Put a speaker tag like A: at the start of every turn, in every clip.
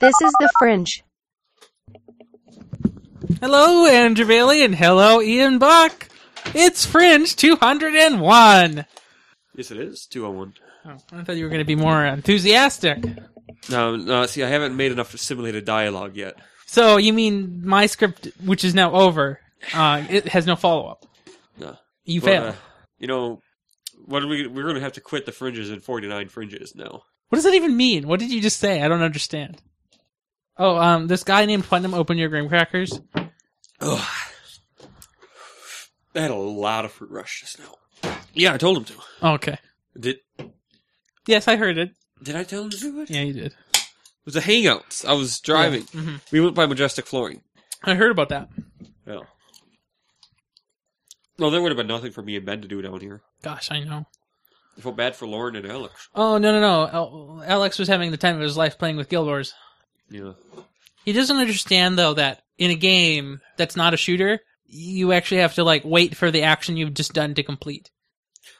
A: This is The Fringe.
B: Hello, Andrew Bailey, and hello, Ian Buck. It's Fringe 201.
C: Yes, it is two on one.
B: Oh, I thought you were going to be more enthusiastic.
C: No, no. See, I haven't made enough simulated dialogue yet.
B: So you mean my script, which is now over, uh, it has no follow up?
C: No.
B: You
C: But,
B: failed.
C: uh, you know, what are we? We're going to have to quit the fringes and forty nine fringes now.
B: What does that even mean? What did you just say? I don't understand. Oh, um, this guy named Putnam opened your graham crackers.
C: Ugh. I had a lot of fruit rush just now. Yeah, I told him to.
B: Oh, Okay.
C: Did
B: Yes, I heard it.
C: Did I tell him to do it?
B: Yeah, you did.
C: It was a hangouts. I was driving.
B: Mhm.
C: We went by Majestic Flooring.
B: I heard about that.
C: Yeah. Well, there would have been nothing for me and Ben to do down here.
B: Gosh, I know.
C: I felt bad for Lauren and Alex.
B: Oh no, no, no. Al- Alex was having the time of his life playing with Guild Wars.
C: Yeah.
B: He doesn't understand though that in a game that's not a shooter, you actually have to like wait for the action you've just done to complete.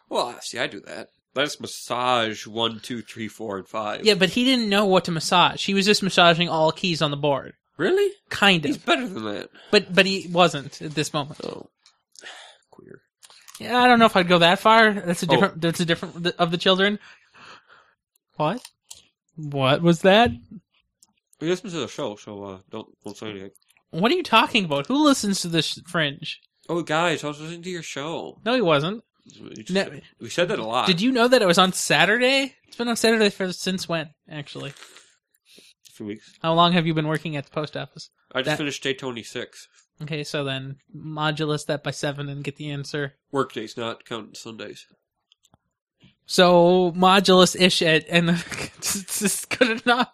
C: Well, see, I do that. That's massage one, two, three, four, and five.
B: Yeah, but he didn't know what to massage. He was just massaging all keys on the board,
C: Really?
B: kind
C: He's
B: of.
C: better than that.
B: But but he wasn't at this moment.
C: Oh. Queer.
B: Yeah, I don't know if I'd go that far. That's a
C: Oh.
B: different. That's a different th- of the children. What? What was that?
C: We listen to the show, so uh, don't don't say anything.
B: What are you talking about? Who listens to this fringe?
C: Oh, guys, I was listening to your show.
B: No, he wasn't.
C: We, just-
B: No.
C: we said that a lot.
B: Did you know that it was on Saturday? It's been on Saturday for since when? Actually,
C: A few weeks.
B: how long have you been working at the post office?
C: I just
B: That-
C: finished day twenty six.
B: Okay, so then modulus that by seven and get the answer.
C: Work days, not counting Sundays.
B: So modulus ish at and it's just good enough.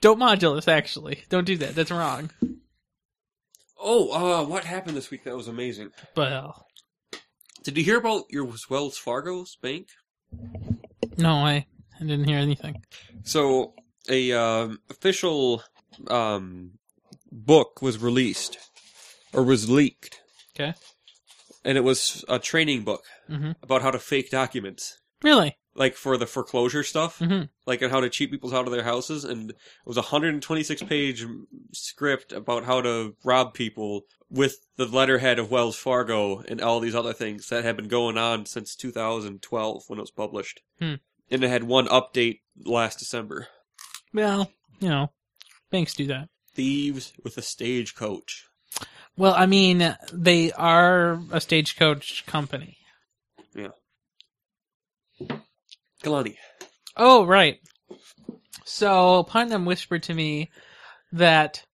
B: Don't modulus actually. Don't do that. That's wrong.
C: Oh, uh, what happened this week that was amazing?
B: Well,
C: Did you hear about your Wells Fargo's bank?
B: no, I I didn't hear anything.
C: So, a um, official um, book was released, or was leaked,
B: Okay.
C: and it was a training book
B: Mhm.
C: about how to fake documents,
B: Really?
C: like for the foreclosure stuff,
B: Mhm.
C: like on how to cheat people out of their houses. And it was a 126 page script about how to rob people with the letterhead of Wells Fargo and all these other things that had been going on since 2012 when it was published.
B: Hmm.
C: And it had one update last December.
B: Well, you know, banks do that.
C: thieves with a stagecoach.
B: Well, I mean, they are a stagecoach company.
C: Kalani.
B: Oh, right. So Putnam whispered to me that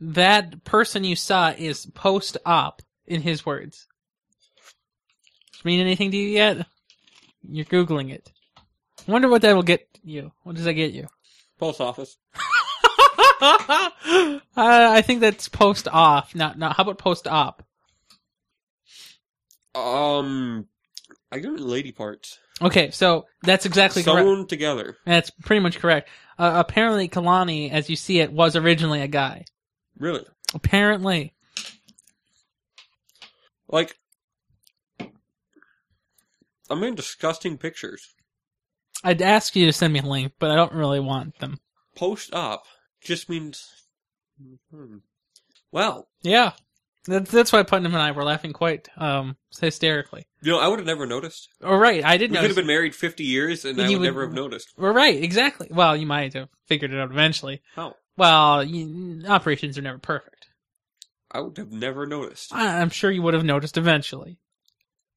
B: that person you saw is post op, in his words. Does it mean anything to you yet? You're Googling it. Wonder what that will get you. What does that get you?
C: Post office.
B: uh, I think that's post off. Not, not, how about post op?
C: Um, I got lady parts.
B: Okay, so that's exactly correct.
C: Sewn together.
B: That's pretty much correct. Uh, apparently, Kalani, as you see it, was originally a guy.
C: Really.
B: Apparently.
C: Like, I'm in disgusting pictures.
B: I'd ask you to send me a link, but I don't really want them.
C: Post op just means. Hmm. Wow.
B: Yeah, that's that's why Putnam and I were laughing quite um hysterically.
C: You know, I would have never noticed.
B: Oh, right, I didn't.
C: We could have
B: Notice.
C: been married 50 years and
B: And
C: I
B: you
C: would,
B: would-
C: never have noticed.
B: We're right, exactly. Well, you might have figured it out eventually.
C: How?
B: Well, you, operations are never perfect.
C: I would have never noticed.
B: I, I'm sure you would have noticed eventually.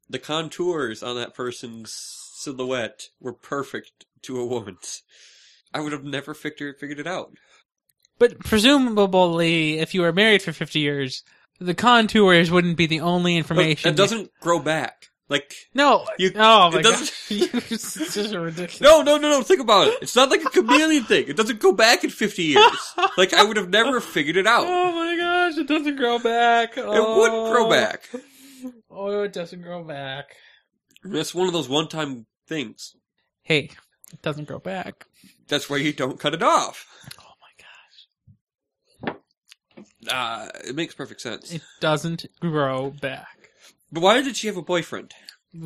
C: The contours on that person's silhouette were perfect to a woman's. I would have never figured figured it out.
B: But presumably, if you were married for 50 years, the contours wouldn't be the only information.
C: It doesn't grow back. Like
B: No.
C: You-
B: oh
C: it
B: my
C: doesn't-
B: god. it's just ridiculous.
C: no, no, no, no. Think about it. It's not like a chameleon thing. It doesn't go back in fifty years. Like I would have never figured it out.
B: Oh my gosh, it doesn't grow back.
C: It would grow back.
B: Oh, it doesn't grow back.
C: That's one of those one-time things.
B: Hey, it doesn't grow back.
C: That's why you don't cut it off.
B: Oh my gosh.
C: Uh, it makes perfect sense.
B: It doesn't grow back.
C: But why did she have a boyfriend?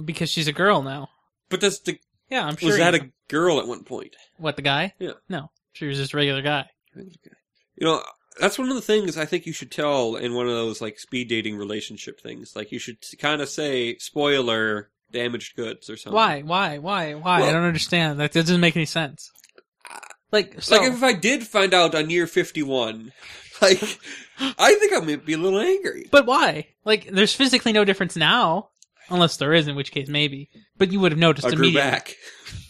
B: Because she's a girl now.
C: But that's the
B: Yeah, I'm sure.
C: was
B: you
C: that
B: know.
C: a girl at one point?
B: What, the guy?
C: Yeah.
B: No. She was just a regular guy.
C: You know, that's one of the things I think you should tell in one of those like speed dating relationship things. Like you should kind of say spoiler damaged goods or something.
B: Why? Why? Why? Why? I
C: Oh. Well-
B: don't understand. That doesn't make any sense. Like, so,
C: Like if I did find out on year 51, like I think I might be a little angry.
B: but why? Like, there's physically no difference now, unless there is, in which case maybe. But you would have noticed
C: I grew
B: immediately.
C: back.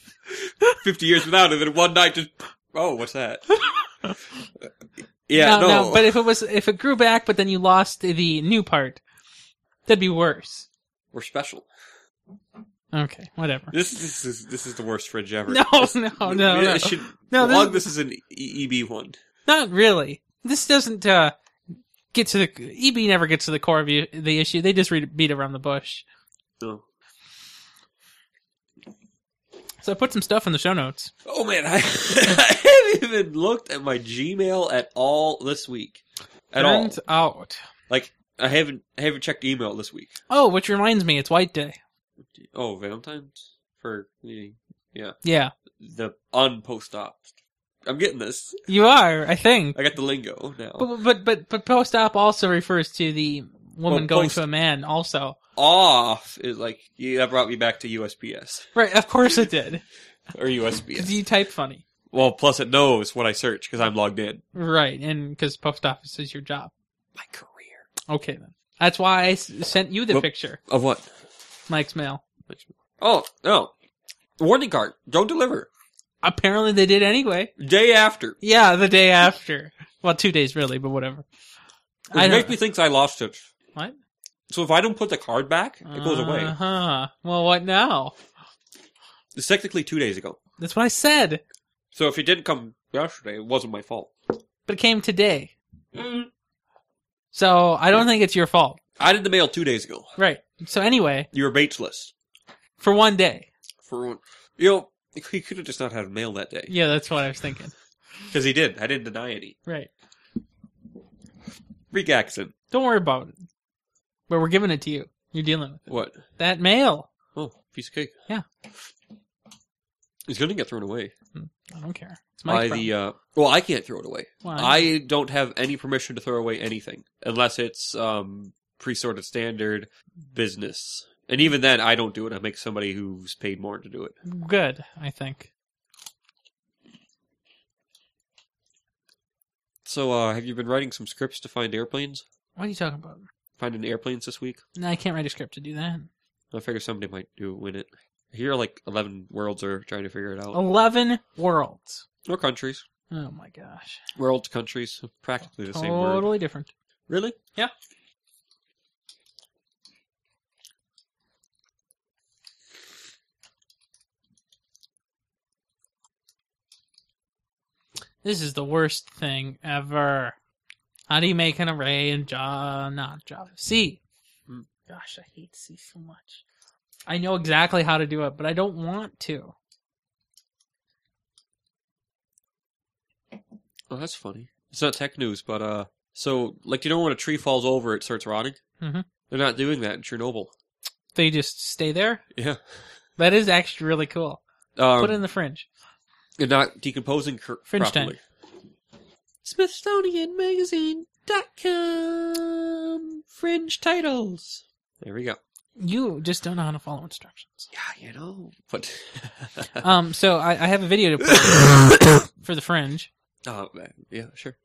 C: 50 years without it, then one night just, oh, what's that? yeah,
B: no,
C: no.
B: But if it was, if it grew back, but then you lost the new part, that'd be worse.
C: We're special.
B: Okay, whatever.
C: This, this is this is the worst fridge ever.
B: No,
C: This-
B: no, no,
C: we-
B: no.
C: we- it should
B: No, this
C: log
B: is-
C: this is an E- EB one.
B: Not really. This doesn't uh, get to the EB never gets to the core of you- the issue. They just re- beat around the bush.
C: No.
B: So I put some stuff in the show notes.
C: Oh man, I, I haven't even looked at my Gmail at all this week. At all.
B: Turns out.
C: Like I haven't I haven't checked email this week.
B: Oh, which reminds me, it's White Day.
C: Oh, Valentine's for the
B: Yeah,
C: the unpost op. I'm getting this.
B: you are. I think.
C: I got the lingo now.
B: But but but, but post op also refers to the woman
C: Well,
B: going
C: post-
B: to a man. Also,
C: Off is like yeah, that brought me back to USPS
B: right? Of course it did.
C: or
B: Because
C: USPS.
B: you typed funny,
C: well, plus it knows what I search because I'm logged in.
B: right? And because post office is your job.
C: My career
B: Okay then. That's why I s- sent you the
C: Well-
B: picture,
C: of what?
B: Mike's mail.
C: Oh no! Warning card. Don't deliver.
B: Apparently they did anyway.
C: Day after.
B: Yeah, the day after. Well, two days really, but whatever. I
C: It
B: don't-
C: makes me think I lost it.
B: What? Uh.
C: So if I don't put the card back, it goes away.
B: Huh. Uh-huh. Well, what now?
C: It's technically two days ago.
B: That's what I said.
C: So if it didn't come yesterday, it wasn't my fault.
B: But it came today,
C: Mm.
B: so I don't think it's your fault,
C: I did the mail two days ago.
B: right? So anyway,
C: You were Baitsless
B: for one day.
C: for one. You know, he could have just not had mail that day
B: Yeah, that's what I was thinking.
C: because he did. I didn't deny any.
B: Right.
C: Freak accident.
B: Don't worry about it. But we're giving it to you. You're dealing with it.
C: What?
B: That mail.
C: Oh, piece of cake.
B: Yeah.
C: He's gonna get thrown away
B: I don't care. It's my
C: by
B: problem.
C: the. Uh, well, I can't throw it away.
B: Why?
C: I don't have any permission to throw away anything unless it's um, pre sort of standard business. And even then, I don't do it. I make somebody who's paid more to do it.
B: good. I think.
C: So, uh, have you been writing some scripts to find airplanes?
B: What are you talking about?
C: Finding airplanes this week?
B: No, I can't write a script to do that.
C: I figure somebody might do win it. Here, like eleven worlds are trying to figure it
B: Oh.
C: out,
B: Eleven worlds.
C: or countries,
B: Oh my gosh.
C: worlds, countries, practically the same word.
B: Totally different.
C: Really?
B: Yeah. This is the worst thing ever. How do you make an array in Java? Not Java. C.
C: Hmm.
B: Mm. Gosh, I hate C so much. I know exactly how to do it, but I don't want to.
C: Oh, that's funny. It's not tech news, but uh, so like, you know when a tree falls over, it starts rotting.
B: Mhm.
C: They're not doing that in Chernobyl.
B: They just stay there.
C: Yeah.
B: That is actually really cool.
C: Um,
B: Put it in the fringe.
C: they're not decomposing cor-
B: Fringe
C: properly.
B: tank.
C: SmithsonianMagazine.com Fringe titles. There we go.
B: You just don't know how to follow instructions.
C: Yeah, you know, but
B: Um, so I, I have a video to put for the fringe.
C: oh man, yeah, sure.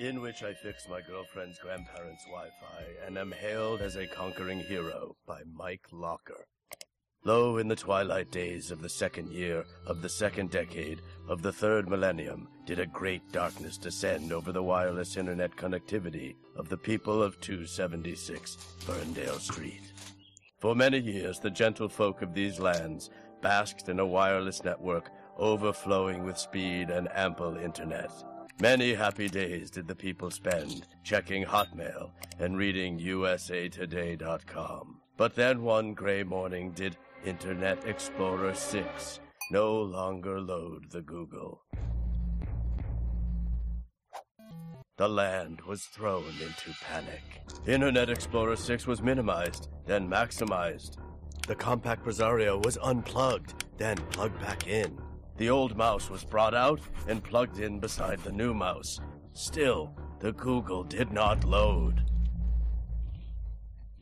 A: in which I fix my girlfriend's grandparents' Wi Fi and am hailed as a conquering hero by Mike Locker. Low in the twilight days of the second year of the second decade of the third millennium did a great darkness descend over the wireless internet connectivity of the people of 276 Ferndale Street. For many years, the gentlefolk of these lands basked in a wireless network overflowing with speed and ample internet. Many happy days did the people spend checking Hotmail and reading USAToday.com. But then one gray morning did Internet Explorer 6 no longer load the Google. The land was thrown into panic. Internet Explorer 6 was minimized, then maximized. The compact Presario was unplugged, then plugged back in. The old mouse was brought out and plugged in beside the new mouse. Still, the Google did not load.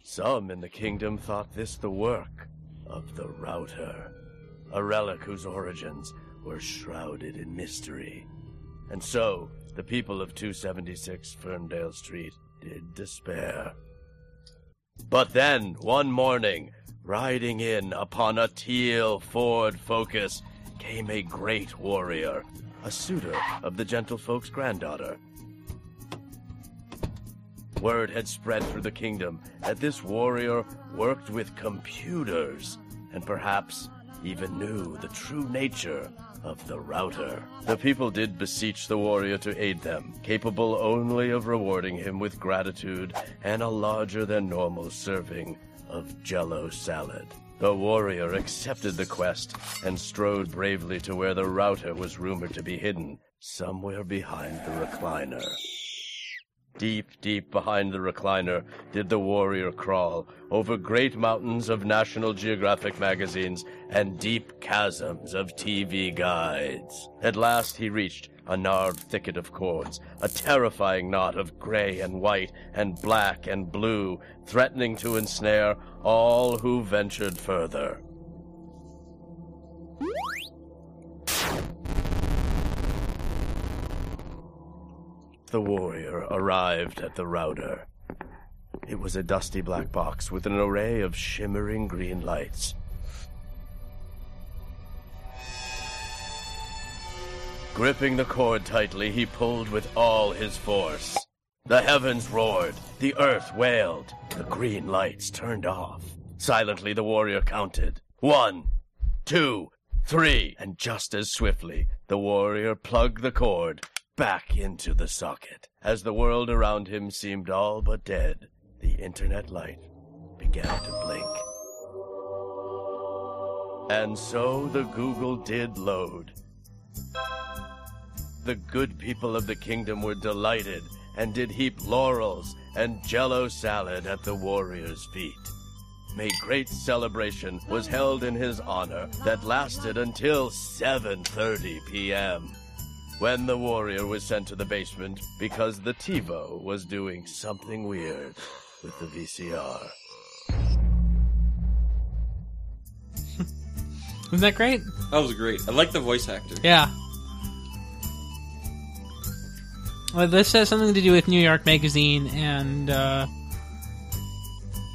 A: Some in the kingdom thought this the work of the router, a relic whose origins were shrouded in mystery. And so, the people of 276 Ferndale Street did despair. But then, one morning, riding in upon a teal Ford Focus, came a great warrior, a suitor of the gentlefolk's granddaughter. Word had spread through the kingdom that this warrior worked with computers and perhaps even knew the true nature of the router. The people did beseech the warrior to aid them, capable only of rewarding him with gratitude and a larger than normal serving of jello salad. The warrior accepted the quest and strode bravely to where the router was rumored to be hidden, somewhere behind the recliner. Deep, deep behind the recliner did the warrior crawl over great mountains of National Geographic magazines and deep chasms of TV guides. At last he reached a gnarled thicket of cords, a terrifying knot of gray and white and black and blue, threatening to ensnare all who ventured further. The warrior arrived at the router. It was a dusty black box with an array of shimmering green lights. Gripping the cord tightly, he pulled with all his force. The heavens roared, the earth wailed, the green lights turned off. Silently, the warrior counted one, two, three, and just as swiftly, the warrior plugged the cord back into the socket. As the world around him seemed all but dead, the internet light began to blink. And so the Google did load. The good people of the kingdom were delighted and did heap laurels and jello salad at the warrior's feet. A great celebration was held in his honor that lasted until 7:30 p.m. when the warrior was sent to the basement because the TiVo was doing something weird with the VCR.
B: Isn't that great?
C: That was great. I like the voice actor.
B: Yeah. Well, this has something to do with New York Magazine and uh,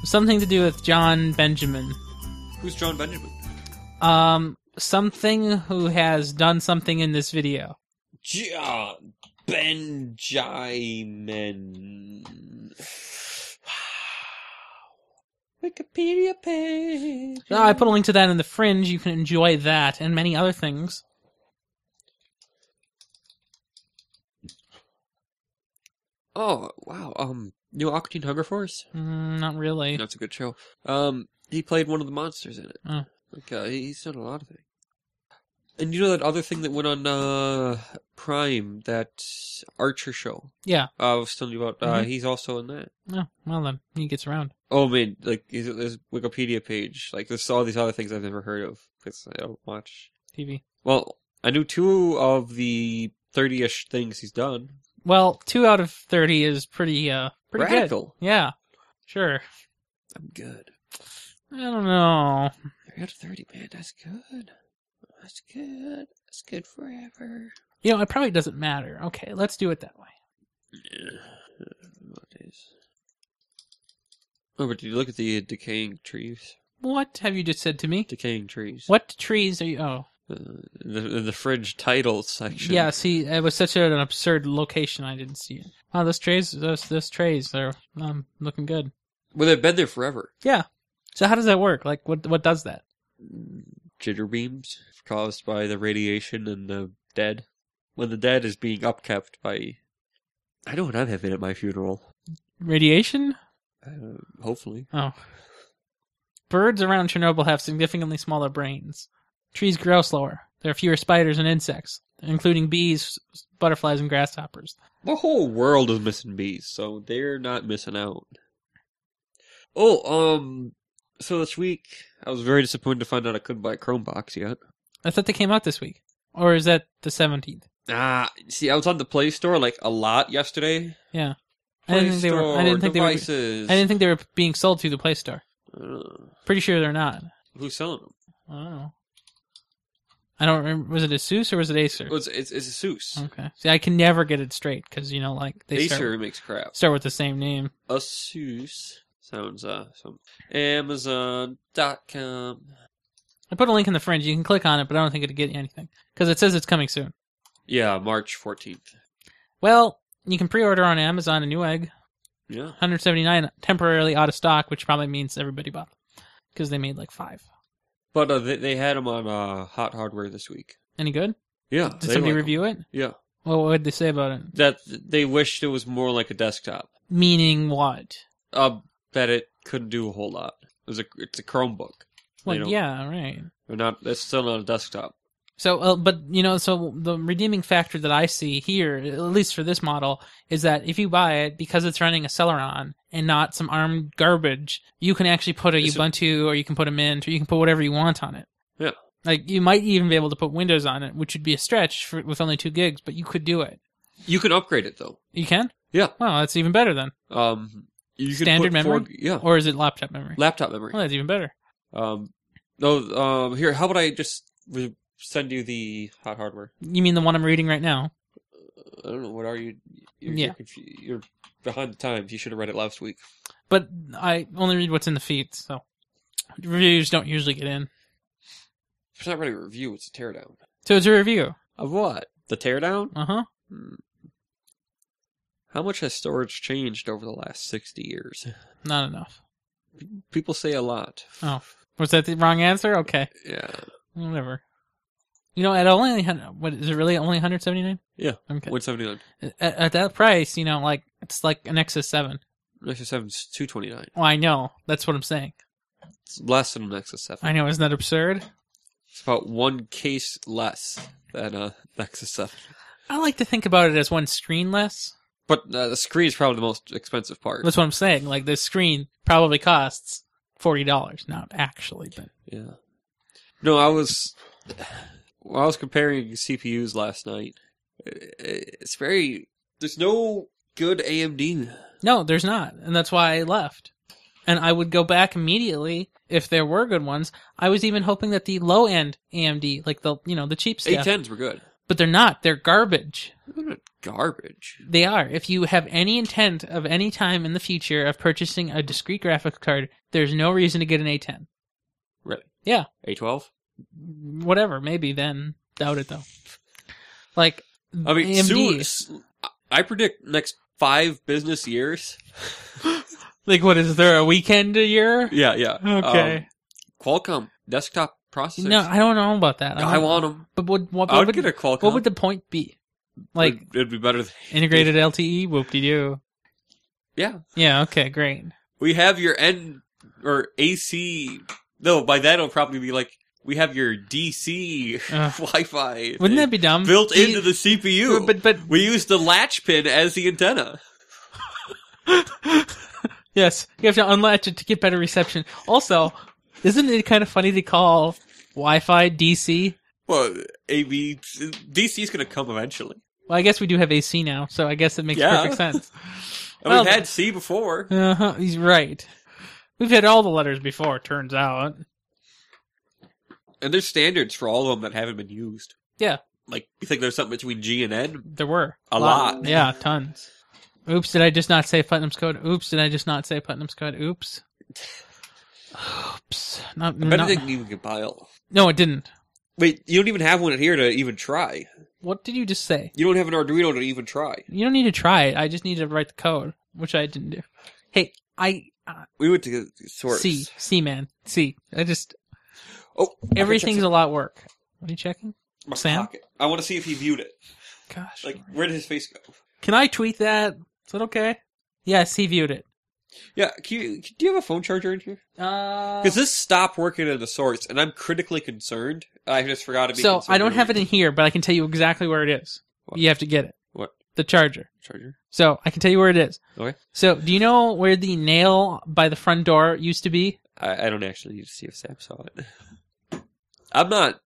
B: something to do with John Benjamin.
C: Who's John Benjamin?
B: Um, something who has done something in this video.
C: John Benjamin. Wikipedia page.
B: Uh, I put a link to that in the fringe. You can enjoy that and many other things.
C: Oh wow. Um, new Aqua Teen Hunger Force.
B: Mm, not really.
C: That's a good show. Um, he played one of the monsters in it.
B: Oh.
C: Like uh, he- he's done a lot of things. And you know that other thing that went on uh, Prime, that Archer show.
B: Yeah.
C: I was telling you about. Uh,
B: Mhm.
C: He's also in that.
B: Oh, well then, he gets around.
C: Oh man, like is it- there's Wikipedia page. Like there's all these other things I've never heard of because I don't watch.
B: TV.
C: Well, I knew two of the thirty-ish things he's done.
B: Well, two out of thirty is pretty uh pretty
C: Radical.
B: good. Yeah. Sure.
C: I'm good.
B: I don't know.
C: Three out of thirty, man. That's good. That's good. That's good forever.
B: You know, it probably doesn't matter. Okay, let's do it that way.
C: Nowadays. Oh, but you look at the decaying trees.
B: What have you just said to me?
C: Decaying trees.
B: What trees are you? Oh,
C: Uh, the, the fridge title section.
B: yeah. See, it was such an absurd location. I didn't see it. Wow, those trays, those those trays, they're um, looking good.
C: Well, they've been there forever.
B: So how does that work? Like, what what does that?
C: Jitter beams caused by the radiation and the dead. When the dead is being upkept by. I know what I'm having at my funeral.
B: Radiation?
C: Uh, hopefully.
B: Oh. Birds around Chernobyl have significantly smaller brains. Trees grow slower. There are fewer spiders and insects, including bees, butterflies, and grasshoppers.
C: The whole world is missing bees, so they're not missing out. Oh, um, so this week I was very disappointed to find out I couldn't buy a Chromebox yet.
B: I thought they came out this week. or is that the seventeenth?
C: Ah, see, I was on the Play Store like a lot yesterday.
B: Yeah. I
C: Play
B: didn't think they were- I
C: Store,
B: didn't think they were-
C: devices.
B: I didn't think they were being sold through the Play Store.
C: Uh,
B: Pretty sure they're not.
C: who's selling them?
B: I don't know. I don't remember. Was it Asus or was it Acer?
C: Well, it's it's, it's Asus.
B: Okay. See, I can never get it straight because you know, like they
C: Acer
B: start,
C: makes crap.
B: start with the same name.
C: Asus sounds uh some Amazon.com.
B: I put a link in the fringe. You can click on it, but I don't think it'll get you anything because it says it's coming soon.
C: Yeah, March fourteenth.
B: Well, you can pre-order on Amazon a new egg,
C: Yeah,
B: 179 temporarily out of stock, which probably means everybody bought them because they made like five.
C: but uh, they they had them on uh, Hot Hardware this week.
B: Any good?
C: Yeah,
B: Did
C: they
B: somebody
C: like 'em.
B: review it?
C: Yeah,
B: Well, what did they say about it?
C: that they wished it was more like a desktop.
B: Meaning what?
C: I bet it couldn't do a whole lot. It was a it's a Chromebook.
B: Well,
C: don't-
B: yeah, right.
C: They're not. It's still not a desktop.
B: So, uh, but you know, so the redeeming factor that I see here, at least for this model, is that if you buy it because it's running a Celeron and not some ARM garbage, you can actually put a
C: It's a-
B: Ubuntu or you can put a Mint or you can put whatever you want on it.
C: Yeah.
B: Like you might even be able to put Windows on it, which would be a stretch for, with only two gigs, but you could do it.
C: You can upgrade it though.
B: You can.
C: Yeah.
B: Wow, that's even better then.
C: Um, you can
B: Standard
C: put four-
B: memory?
C: yeah,
B: Or is it laptop memory?
C: laptop memory.
B: Well, that's even better.
C: Um, no. Um, here. How about I just re- send you the hot hardware?
B: You mean the one I'm reading right now?
C: I don't know. What are you? You're,
B: Yeah.
C: You're, confu- you're behind the times. You should have read it last week.
B: But I only read what's in the feed, so reviews don't usually get in.
C: It's not really a review. It's a teardown.
B: So it's a review.
C: Of what? The teardown.
B: Uh huh.
C: Hmm. How much has storage changed over the last sixty years?
B: Not enough.
C: People say a lot.
B: Oh. Was that the wrong answer? Okay.
C: Yeah.
B: Whatever. You know, at only hun- what is it really only 179?
C: Yeah.
B: Okay.
C: One seventy nine.
B: At, at that price, you know, like it's like a Nexus 7.
C: Nexus seven's two twenty nine.
B: Well, I know. That's what I'm saying.
C: It's less than a Nexus seven.
B: I know. Isn't that absurd?
C: It's about one case less than a Nexus seven.
B: I like to think about it as one screen less.
C: But uh, the screen is probably the most expensive part.
B: That's what I'm saying. Like the screen probably costs forty dollars. Not actually, but
C: Yeah. No, I was well, I was comparing CPUs last night. It's very there's no good AMD.
B: no, there's not, and that's why I left. And I would go back immediately if there were good ones. I was even hoping that the low end AMD, like the you know the cheap stuff,
C: A10s were good.
B: but they're not. They're garbage.
C: They're not garbage.
B: They are. If you have any intent of any time in the future of purchasing a discrete graphics card, there's no reason to get an A10.
C: Really?
B: Yeah.
C: A12?
B: Whatever. Maybe then. Doubt it though. Like
C: I mean,
B: AMD.
C: soon, s- I predict next 5 business years.
B: Like, what is there a weekend a year?
C: Yeah, yeah.
B: Okay.
C: Um, Qualcomm desktop processors.
B: no, I don't know about that.
C: I,
B: don't-
C: want them.
B: But what? What,
C: I
B: what would
C: would get a Qualcomm.
B: what would the point be? Like
C: it'd, it'd be better than
B: integrated LTE? Whoop de doo.
C: Yeah.
B: Yeah. Okay. Great.
C: We have your N or AC. No, by that it'll probably be like we have your DC
B: Ugh.
C: Wi-Fi.
B: Wouldn't that be dumb?
C: built
B: Do you-
C: into the CPU?
B: But but
C: we use the latch pin as the antenna.
B: yes, you have to unlatch it to get better reception. Also, isn't it kind of funny to call Wi-Fi DC?
C: Well, AB DC's going to come eventually.
B: Well, I guess we do have AC now, so I guess it makes
C: Yeah.
B: perfect sense.
C: And
B: Well,
C: we've had C before.
B: Uh huh. He's right. We've had all the letters before. Turns out.
C: And there's standards for all of them that haven't been used.
B: Yeah.
C: Like you think there's something between G and N?
B: There were
C: A lot.
B: Yeah, tons. Oops, did I just not say Putnam's code? Oops, did I just not say Putnam's code? Oops. Oops. Not,
C: I bet
B: not-
C: it didn't even compile.
B: no, it didn't.
C: Wait, you don't even have one here to even try.
B: What did you just say?
C: You don't have an Arduino to even try.
B: You don't need to try it. I just need to write the code, which I didn't do. Hey, I uh,
C: We went to source.
B: C C man C. I just
C: Oh, I can
B: everything's
C: check
B: a lot of work. What are you checking?
C: my
B: Sam?
C: pocket. I want to see if he viewed it.
B: Gosh,
C: Like, where did his face go?
B: can I tweet that? Is that okay? Yes, he viewed it.
C: Yeah, can you, do you have a phone charger in here?
B: Uh,
C: Because this stopped working in the source, and I'm critically concerned. I just forgot to be.
B: so
C: concerned
B: I don't have it
C: earlier.
B: in here, but I can tell you exactly where it is.
C: What?
B: You have to get it.
C: What
B: The charger.
C: charger?
B: So I can tell you where it is.
C: Okay.
B: So do you know where the nail by the front door used to be?
C: I, I don't actually need to see if Sam saw it. I'm not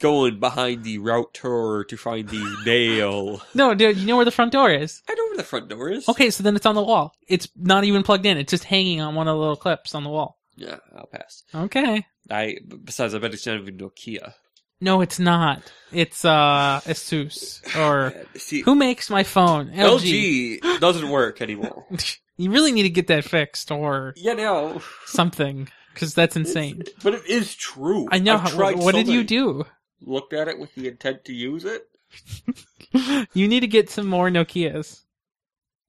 C: going behind the router to find the nail.
B: No, dude, you know where the front door is.
C: I know where the front door is.
B: Okay, so then it's on the wall. It's not even plugged in. It's just hanging on one of the little clips on the wall.
C: Yeah, I'll pass.
B: Okay.
C: I besides, I bet it's not even Nokia.
B: No, it's not. It's uh Asus or
C: See,
B: who makes my phone?
C: LG. doesn't work anymore.
B: You really need to get that fixed or
C: Yeah, no,
B: something because that's insane.
C: but it is true.
B: I know.
C: I've
B: How,
C: tried
B: what
C: so
B: did you
C: many.
B: do?
C: Looked at it with the intent to use it,
B: you need to get some more Nokias.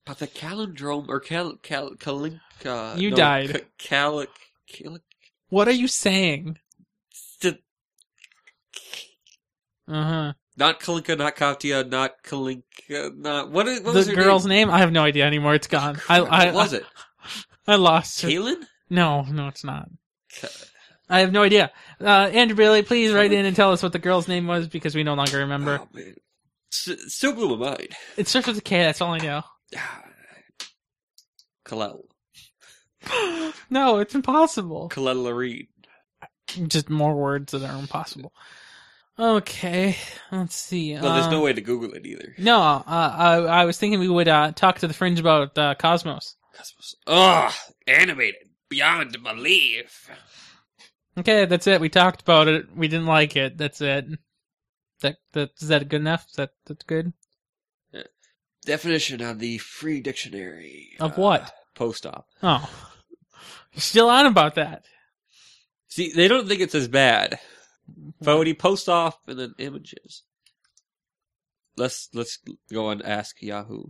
C: but the calindrome or cal cal calinka.
B: You
C: no,
B: died.
C: ca- Calic calic.
B: What are you saying?
C: st-
B: Uh huh.
C: Not Kalinka, not Katya, not Kalinka, not what? Is, what was
B: The
C: her
B: girl's
C: name?
B: name? I have no idea anymore. It's gone. I I,
C: what was it?
B: I lost her.
C: Kaylin?
B: No, no, it's not.
C: Ca-
B: I have no idea. Uh, Andrew Bailey, please write in and tell us what the girl's name was because we no longer remember.
C: Oh, man. S- still blew my mind.
B: It starts with a K. That's all I know.
C: Kalel.
B: no, it's impossible.
C: Kalel Lareen.
B: Just more words that are impossible. Okay, let's see.
C: No, there's no
B: um,
C: way to Google it either.
B: No, uh, I, I was thinking we would uh, talk to the fringe about uh, Cosmos.
C: Ugh, animated. Beyond belief.
B: Okay, that's it. We talked about it. We didn't like it. That's it. That that is that good enough? Is that that's good.
C: Definition on the free dictionary. Uh,
B: Of what?
C: Post op.
B: Oh, You're still on about that.
C: See, they don't think it's as bad. But
B: Hmm.
C: when you post off and then images. Let's let's go and ask Yahoo.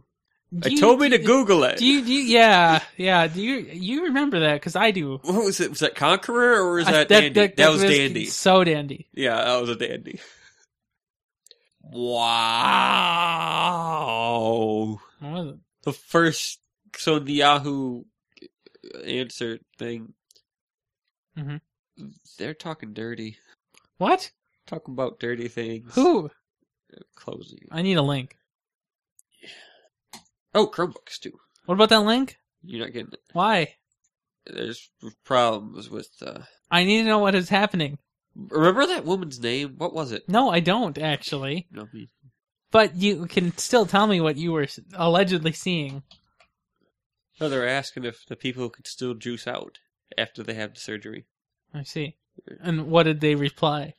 B: Do
C: It
B: you-
C: told me to
B: do-
C: Google it.
B: Do you, do you, yeah, yeah. Do you you remember that? Because I do.
C: what was it? Was that Conqueror or was
B: I-
C: that, Dandy? That, was Dandy.
B: So dandy.
C: Yeah, that was a dandy. Wow.
B: What was it?
C: The first, so the Yahoo answer thing,
B: Mhm.
C: they're talking dirty.
B: What?
C: Talking about dirty things.
B: Who?
C: Closing.
B: I need a link.
C: Oh, Chromebooks too.
B: What about that link?
C: You're not getting it.
B: Why?
C: There's problems with, uh,
B: I need to know what is happening.
C: remember that woman's name? What was it?
B: No, I don't actually.
C: No, me.
B: But you can still tell me what you were s- allegedly seeing.
C: No, they're asking if the people could still juice out after they have the surgery.
B: I see. And what did they reply?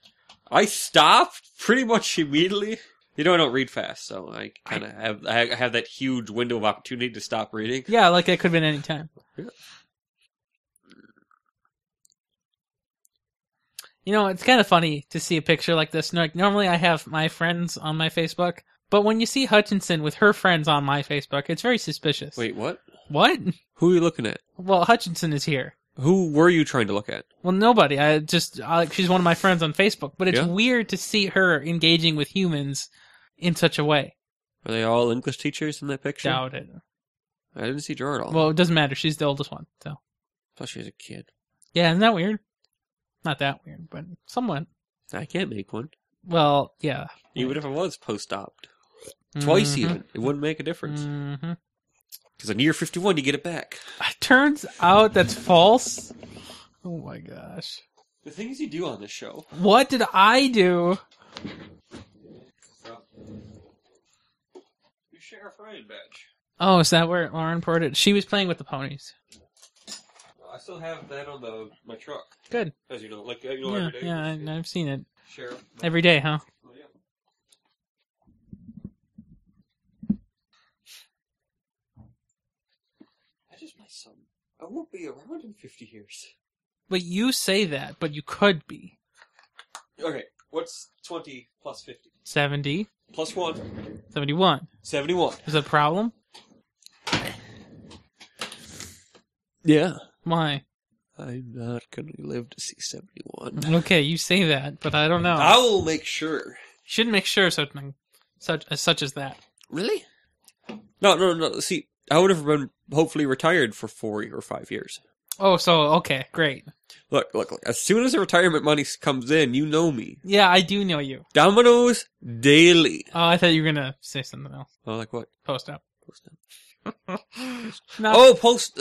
C: I stopped pretty much immediately. You know, I don't read fast, so I kind of have I have that huge window of opportunity to stop reading.
B: Yeah, like that could have been any time.
C: Yeah.
B: You know, it's kind of funny to see a picture like this. Like normally, I have my friends on my Facebook, but when you see Hutchinson with her friends on my Facebook, it's very suspicious.
C: Wait, what?
B: what?
C: Who are you looking at?
B: Well, Hutchinson is here.
C: Who were you trying to look at?
B: Well, nobody. I just I, like, she's one of my friends on Facebook, but it's
C: Yeah.
B: weird to see her engaging with humans in such a way.
C: Are they all English teachers in that picture?
B: Doubt it.
C: I didn't see Jordan. at all.
B: Well, it doesn't matter. She's the oldest one, so.
C: plus she's a kid.
B: Yeah, isn't that weird? Not that weird, but somewhat.
C: I can't make one.
B: Well, yeah. Mm-hmm.
C: Even if I was post-opt, twice even, it wouldn't make a difference.
B: hmm
C: Because in year fifty-one, you get it back.
B: Turns out that's false. Oh my gosh.
C: The things you do on this show.
B: What did I do?
C: You share a friend badge.
B: Oh, is that where Lauren poured it? She was playing with the ponies.
C: I still have that on the my truck,
B: Good.
C: as you know, like uh, you
B: Yeah, yeah, I, I've seen it
C: Sheriff.
B: every day, huh?
C: I just might some. I won't be around in 50 years.
B: But you say that, but you could be
C: Okay, what's 20 plus 50?
B: 70,
C: Plus 1,
B: 71.
C: 71.
B: Is that a problem?
C: Yeah.
B: Why?
C: I'm not going to live to see 71.
B: Okay, you say that, but I don't know.
C: I will make sure.
B: should make sure of something such as such as that.
C: Really? No, no, no. See, I would have been hopefully retired for four or five years.
B: Oh, so okay, great.
C: Look, look, look. As soon as the retirement money comes in, you know me.
B: Yeah, I do know you.
C: Domino's Daily.
B: Oh, I thought you were gonna say something else.
C: Oh, like what?
B: Post up.
C: Post-
B: Not,
C: Oh, post.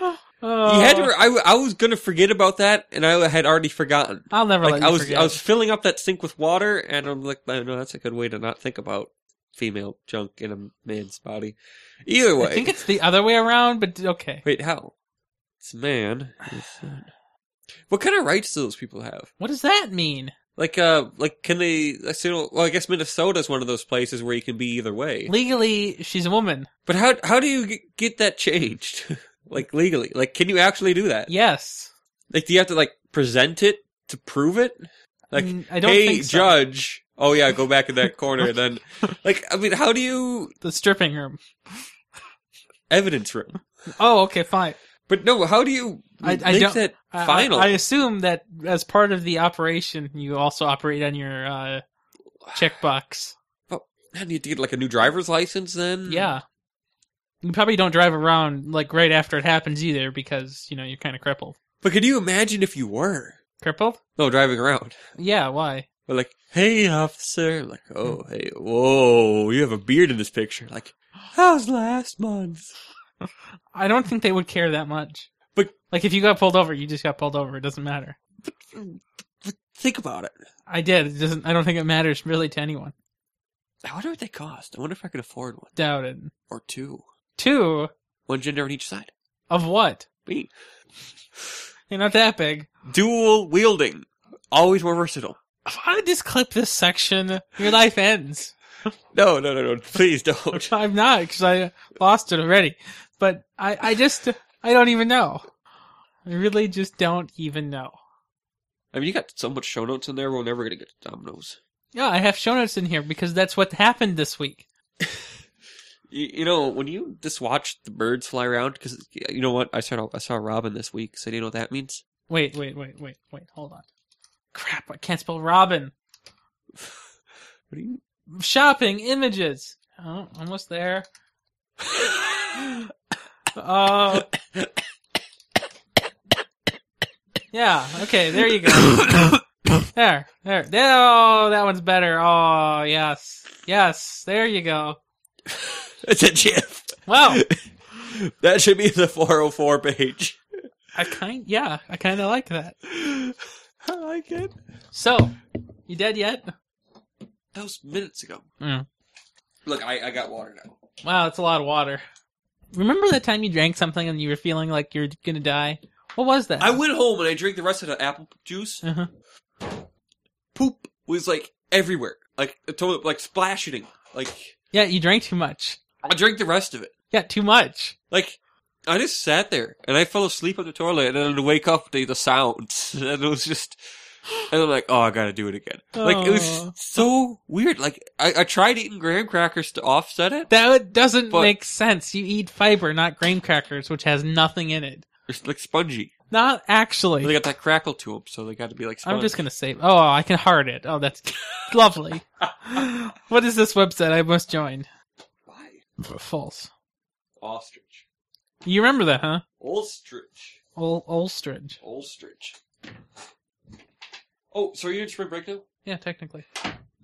C: you
B: Oh,
C: had to. I, I was gonna forget about that, and I had already forgotten.
B: I'll never
C: Like
B: let
C: I
B: you
C: was,
B: forget.
C: I was filling up that sink with water, and I'm like, I know that's a good way to not think about female junk in a man's body. Either
B: I
C: way,
B: think it's the other way around, but okay.
C: wait, how? It's a man. It's not- What kind of rights do those people have?
B: What does that mean?
C: Like, uh, like can they? Like, so, well, I guess Minnesota's one of those places where you can be either way.
B: Legally, she's a woman.
C: But how how do you g- get that changed? like legally, like can you actually do that?
B: Yes.
C: Like, do you have to like present it to prove it? Like,
B: Mm, I don't
C: hey,
B: think so.
C: judge. Oh yeah, go back in that corner. then, like, I mean, how do you
B: The stripping room.
C: evidence room?
B: Oh, okay, fine.
C: But no, how do you
B: I- I
C: make
B: don't-
C: that
B: I- I-
C: final?
B: I, assume that as part of the operation, you also operate on your uh, checkbox.
C: I need to get like a new driver's license then.
B: Yeah. You probably don't drive around like right after it happens either, because you know you're kind of crippled.
C: But could you imagine if you were
B: Crippled?
C: no driving around?
B: Yeah. Why?
C: But like, hey, officer. Like, oh,
B: Hmm.
C: hey, whoa, you have a beard in this picture. Like, how's last month?
B: I don't think they would care that much.
C: But-
B: like, if you got pulled over, you just got pulled over. It doesn't matter.
C: Think about it.
B: I did. It doesn't. I don't think it matters really to anyone.
C: I wonder what they cost. I wonder if I could afford one
B: Doubt it.
C: or two.
B: Two
C: One gender on each side.
B: of what?
C: Me.
B: You're not that big.
C: Dual wielding. Always more versatile.
B: If I just clip this section, your life ends.
C: No, no, no, no. Please don't.
B: I'm not because I lost it already. But I, I just, I don't even know. I really just don't even know.
C: I mean, you got so much show notes in there. We're never gonna get to Domino's.
B: Yeah, I have show notes in here because that's what happened this week.
C: You, you know, when you just watch the birds fly around, because you know what? I saw I saw Robin this week. So do you know what that means?
B: Wait, wait, wait, wait, wait. Hold on. Crap! I can't spell Robin.
C: What do you?
B: Shopping images. Oh, almost there. Uh, yeah. Okay. There you go. There, there, there. Oh, that one's better. Oh, yes, yes. There you go.
C: it's a GIF.
B: Wow,
C: That should be the 404 page.
B: I kind, yeah, I kind of like that.
C: I like it.
B: So, you dead yet?
C: That was minutes ago.
B: Mm.
C: Look, I, I got water now.
B: Wow, that's a lot of water. Remember that time you drank something and you were feeling like you're gonna die? What was that?
C: I went home and I drank the rest of the apple juice.
B: Uh-huh.
C: Poop was like everywhere, like it totally, like splashing. Like
B: Yeah, you drank too much.
C: I drank the rest of it.
B: Yeah, too much.
C: Like I just sat there and I fell asleep on the toilet and then I'd wake up to the sounds and it was just. And I'm like, oh, I gotta do it again. Like it
B: Aw.
C: was so weird. Like I, I tried eating graham crackers to offset it.
B: That doesn't
C: But-
B: make sense. You eat fiber, not graham crackers, which has nothing in it.
C: It's like spongy.
B: Not
C: They
B: actually.
C: got that crackle to them, so they got to be like. Spongy.
B: I'm just gonna save. Oh, I can heart it. Oh, that's lovely. What is this website I must join?
C: Why?
B: False.
C: Ostrich.
B: You remember that, huh?
C: Ostrich.
B: Ol- Olstridge.
C: Ostrich. Oh, so are you in spring break now?
B: Yeah, technically.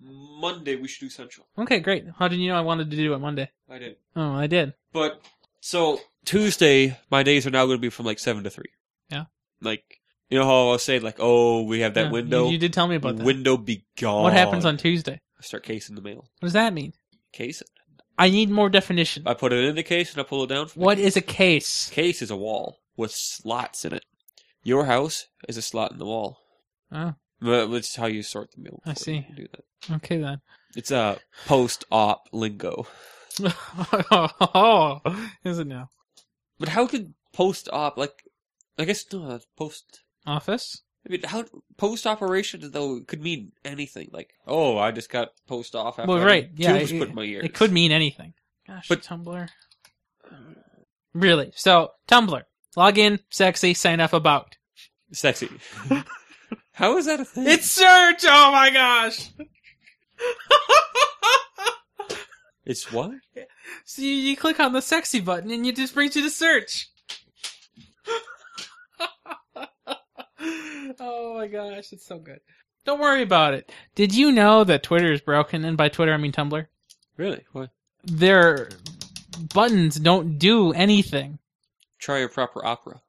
C: Monday we should do Central.
B: Okay, great. How did you know I wanted to do it Monday?
C: I did.
B: Oh, I did.
C: But so Tuesday, my days are now going to be from like seven to three.
B: Yeah.
C: Like you know how I was saying, like oh we have that
B: Yeah,
C: window.
B: You, you did tell me about that.
C: window be gone.
B: what happens on Tuesday?
C: I start casing the mail.
B: What does that mean?
C: Case it.
B: I need more definition.
C: I put it in the case and I pull it down. From the
B: What is a case?
C: case is a wall with slots in it. Your house is a slot in the wall.
B: Oh,
C: But that's how you sort the mail.
B: I
C: before you
B: see.
C: Do that.
B: okay then.
C: It's a uh, post-op lingo.
B: oh, is it now?
C: But how could post-op like? I guess no. that's Post.
B: Office?
C: I mean, how post operation though could mean anything. Like, oh, I just got post off after
B: Well,
C: I
B: right.
C: had
B: Yeah,
C: tubes
B: it,
C: put in my ears.
B: it could mean anything. Gosh,
C: But-
B: Tumblr. Really? So Tumblr. Log in, sexy, sign up about.
C: sexy. how is that a thing?
B: It's search. Oh my gosh!
C: it's what?
B: So you, you click on the sexy button and it just brings you to search. oh my gosh, it's so good. Don't worry about it. Did you know that Twitter is broken? And by Twitter, I mean Tumblr.
C: Really? What?
B: Their buttons don't do anything.
C: Try a proper opera.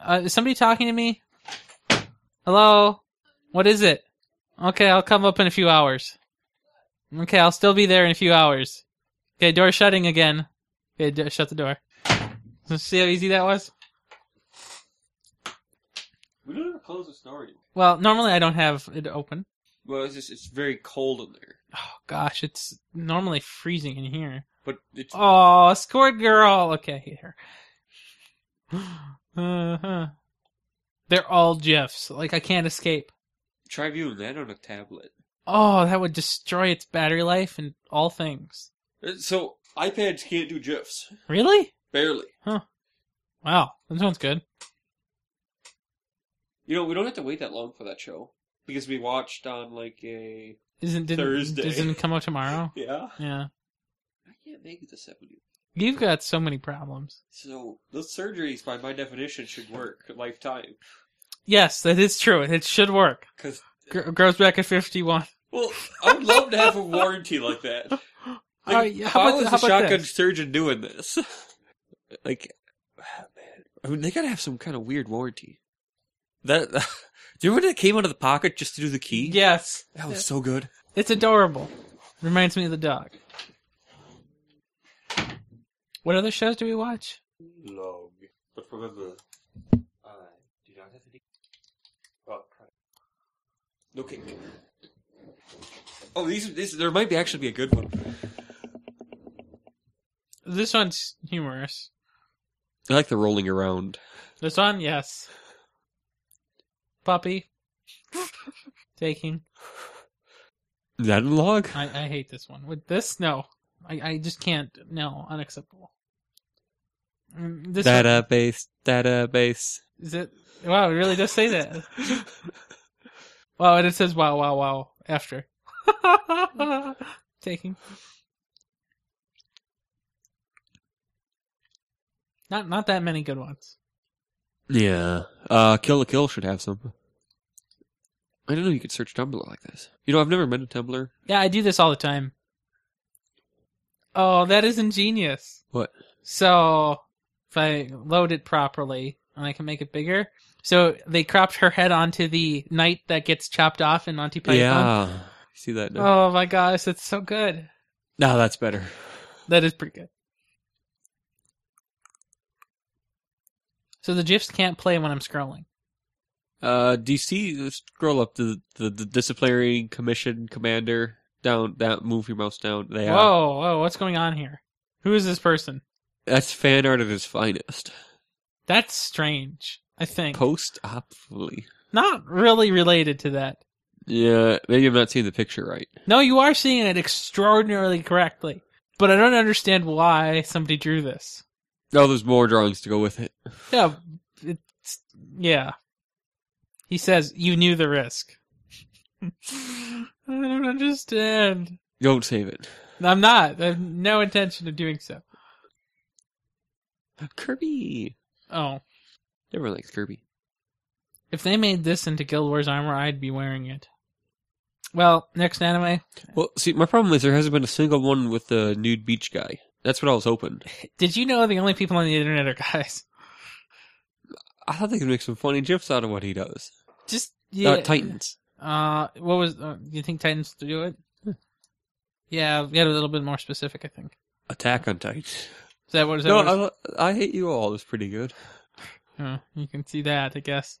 B: Uh, is somebody talking to me? Hello? What is it? Okay, I'll come up in a few hours. Okay, I'll still be there in a few hours. Okay, door shutting again. Okay, d- shut the door. See how easy that was?
C: We don't ever close the store anymore.
B: Well, normally I don't have it open.
C: Well, it's just it's very cold in there.
B: Oh gosh, it's normally freezing in here.
C: But it's
B: Oh, scored girl. Okay, here. Uh-huh. They're all GIFs. Like I can't escape.
C: try viewing that on a tablet.
B: Oh, that would destroy its battery life and all things.
C: Uh, So iPads can't do GIFs.
B: Really?
C: Barely.
B: Wow, this one's good.
C: You know, we don't have to wait that long for that show. Because we watched on like a
B: Isn't didn't,
C: Thursday.
B: Doesn't it come out tomorrow?
C: Yeah.
B: yeah,
C: I can't make it to seventy.
B: you've got so many problems.
C: So those surgeries by my definition should work lifetime.
B: Yes, that is true. It should work.
C: Cause
B: Gr- grows back at fifty-one.
C: well, I would love to have a warranty like that. Like,
B: All right, yeah,
C: how
B: how about,
C: is
B: how
C: a
B: about
C: shotgun
B: this?
C: surgeon doing this? like, ah, man, I mean, they gotta have some kind of weird warranty. That do you remember that came out of the pocket just to do the key?
B: Yes,
C: that was so good.
B: it's adorable. Reminds me of the dog. What other shows do we watch?
C: No, but remember, I do not have any. Oh, no cake. Oh, these, these there might be actually be a good one.
B: This one's humorous.
C: I like the rolling around.
B: This one, yes. Puppy. Taking.
C: Is that in log?
B: I, I hate this one. With this, no. I, I just can't. No, unacceptable. Mm, This one,
C: uh, Database, database.
B: is it. Wow, it really does say that. wow, and it says wow, wow, wow after. Taking. Not not that many good ones.
C: Yeah. Uh, Kill the Kill should have some. I didn't know you could search Tumblr like this. You know, I've never been to Tumblr.
B: Yeah, I do this all the time. Oh, that is ingenious.
C: What?
B: So if I load it properly and I can make it bigger. So they cropped her head onto the knight that gets chopped off in Monty Python.
C: Yeah. See that now?
B: Oh my gosh, that's so good.
C: Now that's better.
B: That is pretty good. So the GIFs can't play when I'm scrolling.
C: Uh, DC, scroll up to the, the, the disciplinary commission commander. Down, that move your mouse down. They are-
B: Whoa, whoa, what's going on here? Who is this person?
C: That's fan art at its finest.
B: That's strange, I think.
C: Post optimally.
B: Not really related to that.
C: Yeah, maybe I'm not seeing the picture right.
B: No, you are seeing it extraordinarily correctly, but I don't understand why somebody drew this.
C: No, there's more drawings to go with it.
B: Yeah, it's, yeah. He says you knew the risk. I don't understand.
C: Don't save it.
B: I'm not. I have no intention of doing so.
C: Kirby.
B: Oh,
C: Never liked Kirby.
B: if they made this into Guild Wars armor, I'd be wearing it. Well, next anime.
C: Well, see, my problem is there hasn't been a single one with the nude beach guy. That's what I was hoping.
B: Did you know the only people on the internet are guys?
C: I thought they could make some funny gifs out of what he does.
B: Just
C: Yeah.
B: yeah.
C: Uh, Titans.
B: Uh, what was? Uh, you think Titans to do it? Yeah, get a little bit more specific. I think.
C: Attack on Titans.
B: Is that what? Is that what it's-
C: No, I, I hate you all is pretty good.
B: Huh, you can see that, I guess.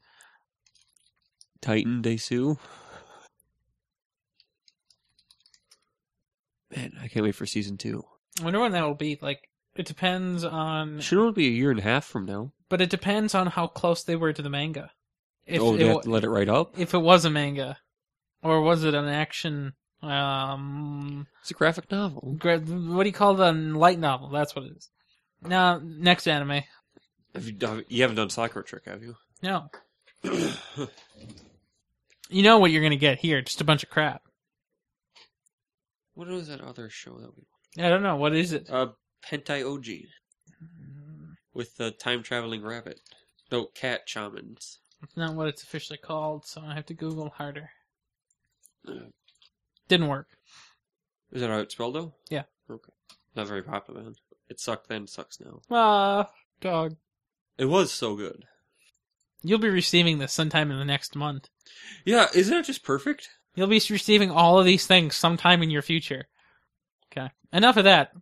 C: Titan Desu. Man, I can't wait for season two.
B: I wonder when that will be. Like, it depends on,
C: Should only be a year and a half from now.
B: but it depends on how close they were to the manga. If
C: oh, they
B: it,
C: have to
B: wa-
C: let it right up.
B: if it was a manga, or was it an action? Um,
C: It's a graphic novel.
B: gra- what do you call the light novel? That's what it is. Now, next anime.
C: Have you, done- you haven't done Psycho Trick, have you?
B: No, you know what you're gonna get here? Just a bunch of crap.
C: what was that other show that we?
B: I don't know what is it.
C: Uh, Pentai Oji with the time traveling rabbit. No, cat shamans.
B: It's not what it's officially called, so I have to Google harder.
C: Uh,
B: Didn't work.
C: Is that how it's spelled though?
B: Yeah.
C: Okay. Not very popular. Then. It sucked then, sucks now.
B: Ah, dog.
C: It was so good.
B: You'll be receiving this sometime in the next month.
C: Yeah, isn't it just perfect?
B: You'll be receiving all of these things sometime in your future. Okay. Enough of that.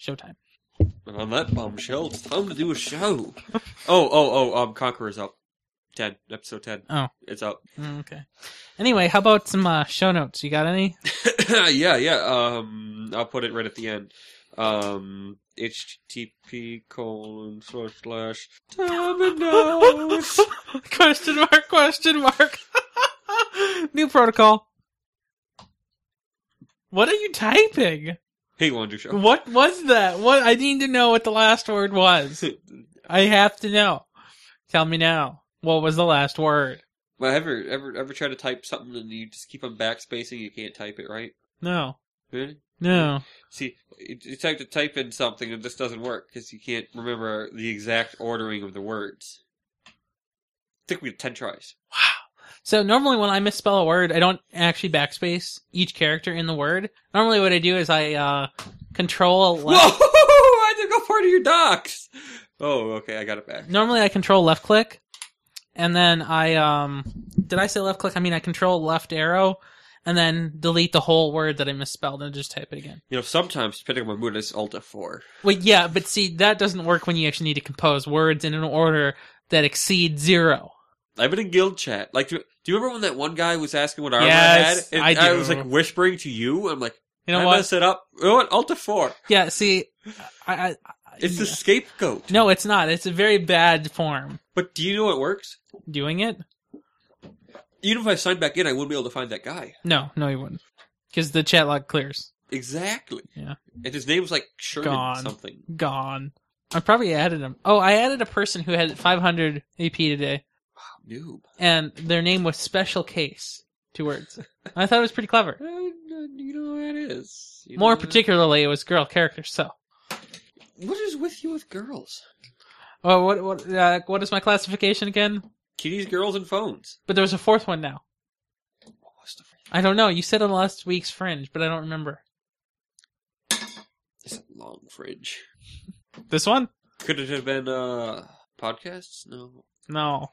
B: Showtime.
C: And on that bombshell, it's time to do a show. oh, oh, oh, um, Conqueror's up. 10, episode 10.
B: Oh.
C: It's up.
B: Mm, Okay. Anyway, how about some uh, show notes? You got any?
C: yeah, yeah, um, I'll put it right at the end. Um, http colon slash slash dominoes.
B: question mark, question mark. New protocol. What are you typing?
C: hey, Wonder Show.
B: What was that? What I need to know what the last word was. I have to know. Tell me now. What was the last word?
C: Well, ever, ever, ever try to type something and you just keep on backspacing, you can't type it right?
B: No.
C: Really?
B: No.
C: See, you you type to type in something and this doesn't work because you can't remember the exact ordering of the words. took me ten tries.
B: So normally when I misspell a word, I don't actually backspace each character in the word. Normally what I do is I uh control
C: Whoa!
B: left.
C: I took off part of your docs. Oh, okay, I got it back.
B: Normally I control left click and then I um did I say left click? I mean I control left arrow and then delete the whole word that I misspelled and just type it again.
C: You know, sometimes depending on my mood, it's Alt F4.
B: Well, yeah, but see, that doesn't work when you actually need to compose words in an order that exceeds zero.
C: I've been in guild chat. Like, do, do you remember when that one guy was asking what armor
B: Yes,
C: I had?
B: I
C: And I,
B: do.
C: was like whispering to you. I'm like,
B: You know
C: I
B: what?
C: messed it up. You know what? Alt F4.
B: Yeah, see, I, I, I
C: It's
B: yeah.
C: the scapegoat.
B: no, it's not. It's a very bad form
C: But do you know what works?
B: doing it.
C: Even if I signed back in, I wouldn't be able to find that guy.
B: No, no, you wouldn't, because the chat log clears.
C: Exactly.
B: Yeah.
C: And his name was like Sherman
B: Gone.
C: something.
B: Gone. I probably added him. Oh, I added a person who had 500 AP today,
C: Noob.
B: and their name was Special Case. Two words. I thought it was pretty clever.
C: Uh, You know what that is. You
B: More
C: know that-
B: particularly, it was girl characters. So,
C: What is with you with girls?
B: oh, what, what, uh, what is my classification again?
C: Kitties, girls, and phones.
B: But there was a fourth one now.
C: What's the fr-
B: I don't know. You said on last week's Fringe, but I don't remember.
C: It's a long fridge.
B: This one?
C: Could it have been uh podcasts? No.
B: No.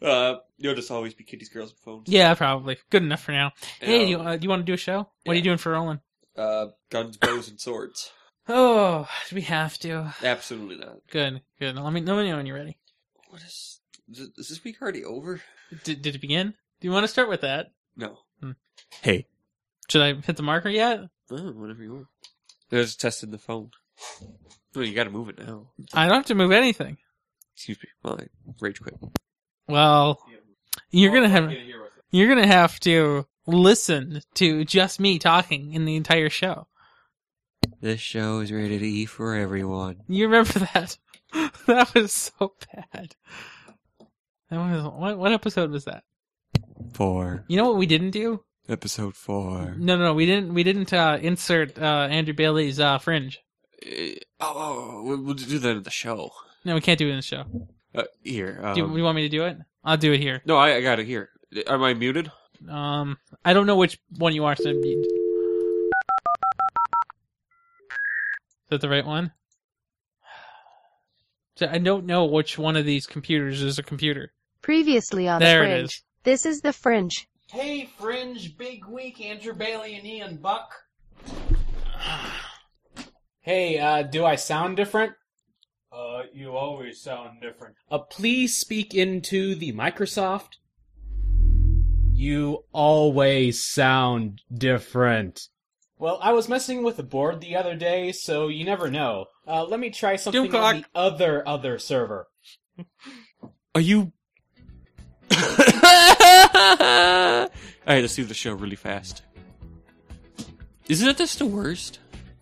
C: Uh, you'll just always be kitties, girls, and phones.
B: Yeah, probably. Good enough for now. Hey, do you,
C: Um,
B: uh, do you want to do a show? What are you
C: Yeah.
B: doing for Roland?
C: uh, guns, bows, and swords.
B: Oh, do we have to?
C: Absolutely not.
B: Good, good. Let me, let me know when you're ready.
C: What is? Is is this week already over?
B: Did, did it begin? Do you want to start with that?
C: No.
B: Hmm.
C: Hey.
B: Should I hit the marker yet?
C: Oh, whatever you want. I was testing the phone. Well, you got to move it now.
B: I don't have to move anything.
C: Excuse me. Well, I rage quit.
B: Well, you're gonna have you're gonna have to listen to just me talking in the entire show.
C: This show is rated E for everyone.
B: You remember that? that was so bad. That was what, what episode was that?
C: Four.
B: You know what we didn't do?
C: Episode four.
B: No, no, no we didn't. We didn't uh, insert uh, Andrew Bailey's uh, Fringe.
C: oh, oh, we'll, we'll do that at the show.
B: No, we can't do it in the show.
C: Uh, here.
B: Do you,
C: um,
B: you want me to do it? I'll do it here.
C: no, I, I got it here. Am I muted?
B: Um, I don't know which one you are. So you- is that the right one? So I don't know which one of these computers is a computer.
D: Previously on
B: There it
D: the fringe.
B: is.
D: This is the fringe.
E: Hey, Fringe, big week, Andrew Bailey and Ian Buck. Hey, uh, do I sound different?
F: Uh, you always sound different.
E: Uh, please speak into the Microsoft. You always sound different. Well, I was messing with the board the other day, so you never know. Uh, let me try something
B: Doom
E: on the other other server.
C: Are you? All right, let's do the show really fast. Isn't this the worst?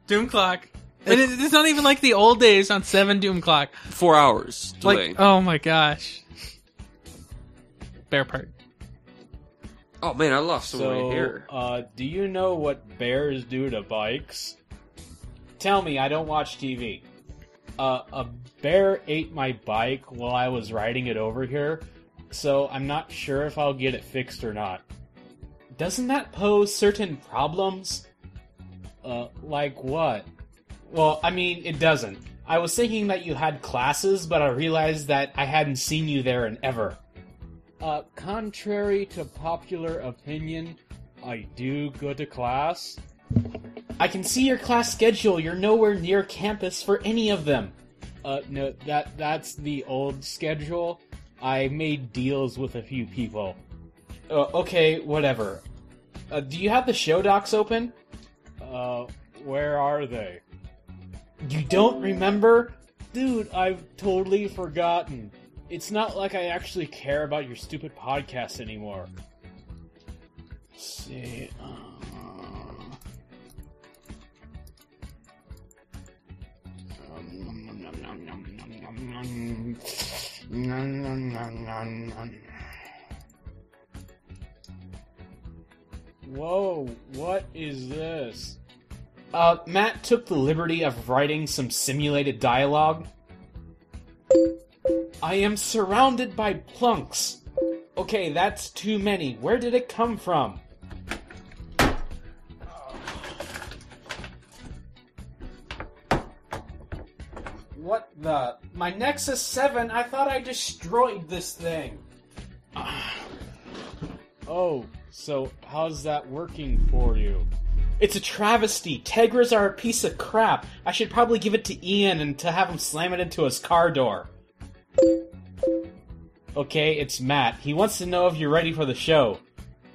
B: Doom Clock. And it, it's not even like the old days on Seven Doom Clock.
C: Four hours delay.
B: Like, oh my gosh. Bear part.
C: oh man, I lost some
F: So,
C: right here.
F: uh, do you know what bears do to bikes?
E: Tell me, I don't watch TV.
F: Uh, a bear ate my bike while I was riding it over here, so I'm not sure if I'll get it fixed or not.
E: Doesn't that pose certain problems?
F: Uh, like what? Well, I mean, it doesn't.
E: I was thinking that you had classes, but I realized that I hadn't seen you there in ever.
F: Uh, contrary to popular opinion, I do go to class.
E: I can see your class schedule. You're nowhere near campus for any of them.
F: Uh, no, that that's the old schedule. I made deals with a few people.
E: Uh, okay, whatever. Uh, do you have the show docs open?
F: Uh, where are they?
E: You don't remember?
F: Dude, I've totally forgotten. It's not like I actually care about your stupid podcast anymore. Let's see. um, um, nom, nom, nom, nom, nom, nom. Nom, nom, nom, nom, nom. Whoa, what is this?
E: Uh, Matt took the liberty of writing some simulated dialogue. I am surrounded by plunks. Okay, that's too many. Where did it come from? What the? My Nexus 7, I thought I destroyed this thing.
F: Oh, so how's that working for you?
E: It's a travesty. Tegras are a piece of crap. I should probably give it to Ian and to have him slam it into his car door.
F: Okay, it's Matt. He wants to know if you're ready for the show.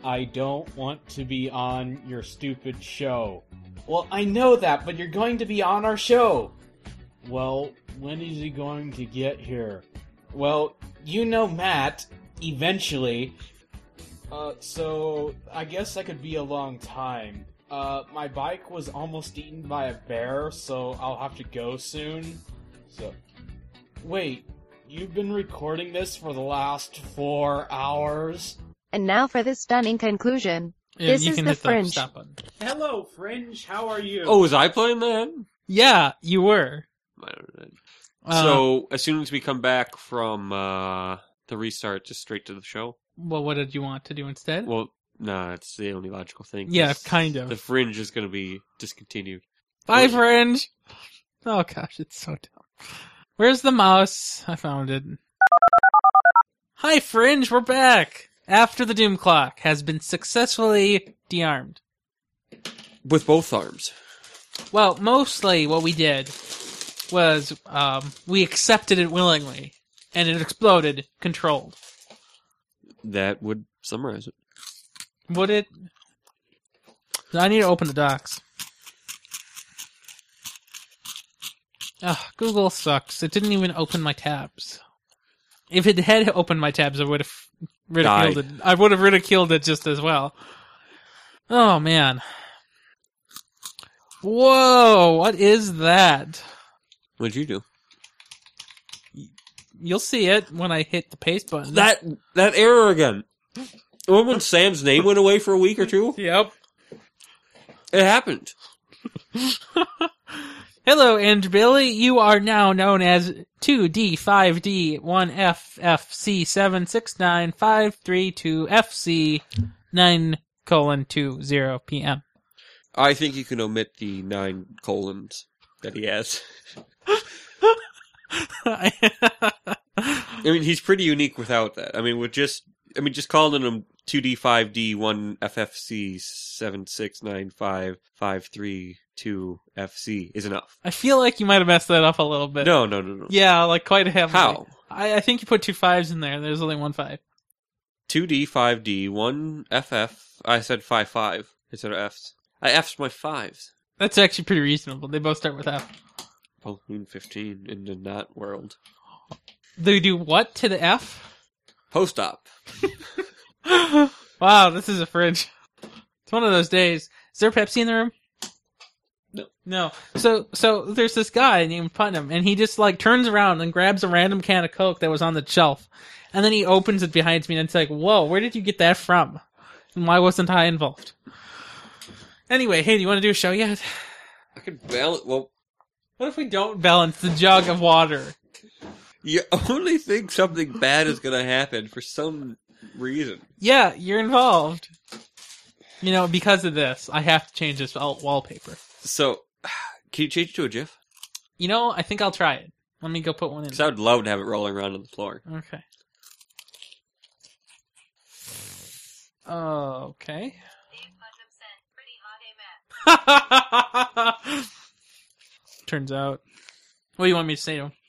F: I don't want to be on your stupid show.
E: Well, I know that, but you're going to be on our show.
F: Well, when is he going to get here?
E: Well, you know Matt, eventually. Uh, so I guess that could be a long time. Uh, my bike was almost eaten by a bear, so I'll have to go soon. So, wait, you've been recording this for the last four hours?
D: And now for this stunning conclusion.
B: Yeah,
D: This
B: you
D: is
B: can
D: the
B: hit the
D: fringe.
B: stop button.
E: Hello, Fringe. How are you?
C: Oh, was I playing that?
B: Yeah, you were.
C: I don't know.
B: Uh,
C: so as soon as we come back from uh, the restart, just straight to the show.
B: well, what did you want to do instead?
C: Well, nah, it's the only logical thing.
B: yeah,
C: 'cause
B: kind of.
C: The fringe is going to be discontinued.
B: Bye, fringe. Oh gosh, it's so dumb. Where's the mouse? I found it. Hi, fringe. We're back after the doom clock has been successfully dearmed.
C: With both arms.
B: Well, mostly what we did was um, we accepted it willingly, and it exploded controlled.
C: That would summarize it.
B: Would it? I need to open the docs. Ugh, Google sucks. It didn't even open my tabs. If it had opened my tabs, I would have ridiculed
C: Died.
B: it. I would have ridiculed it just as well. Oh man. Whoa, what is that?
C: What'd you do?
B: You'll see it when I hit the paste button.
C: That that error again. Remember when Sam's name went away for a week or two?
B: Yep.
C: It happened.
B: Hello, and Billy, you are now known as 2D5D1FFC769532FC9 colon 20 PM.
C: I think you can omit the nine colons that he has. I mean, he's pretty unique without that. I mean, with just, I mean, just calling him two D five D one FFC seven six nine five five three two FC is enough.
B: I feel like you might have messed that up a little bit.
C: No, no, no, no.
B: Yeah, like quite heavily.
C: How?
B: I, I think you put two fives in there. There's only one five.
C: Two D five D one FF. I said five five instead of Fs. I Fs my fives.
B: That's actually pretty reasonable. They both start with F.
C: Balloon Oh, fifteen in the not world.
B: They do what to the F?
C: Post op.
B: wow, this is a fridge. It's one of those days. Is there Pepsi in the room?
C: No.
B: No. So so there's this guy named Putnam and he just like turns around and grabs a random can of Coke that was on the shelf. And then he opens it behind me and it's like, Whoa, where did you get that from? And why wasn't I involved? Anyway, hey, do you want to do a show yet?
C: I could balance. Well,
B: What if we don't balance the jug of water?
C: You only think something bad is going to happen for some reason.
B: Yeah, you're involved. You know, because of this, I have to change this wall- wallpaper.
C: So, can you change it to a GIF?
B: You know, I think I'll try it. Let me go put one in.
C: Because I would love to have it rolling around on the floor.
B: Okay. Okay. Turns out. What do you want me to say to him?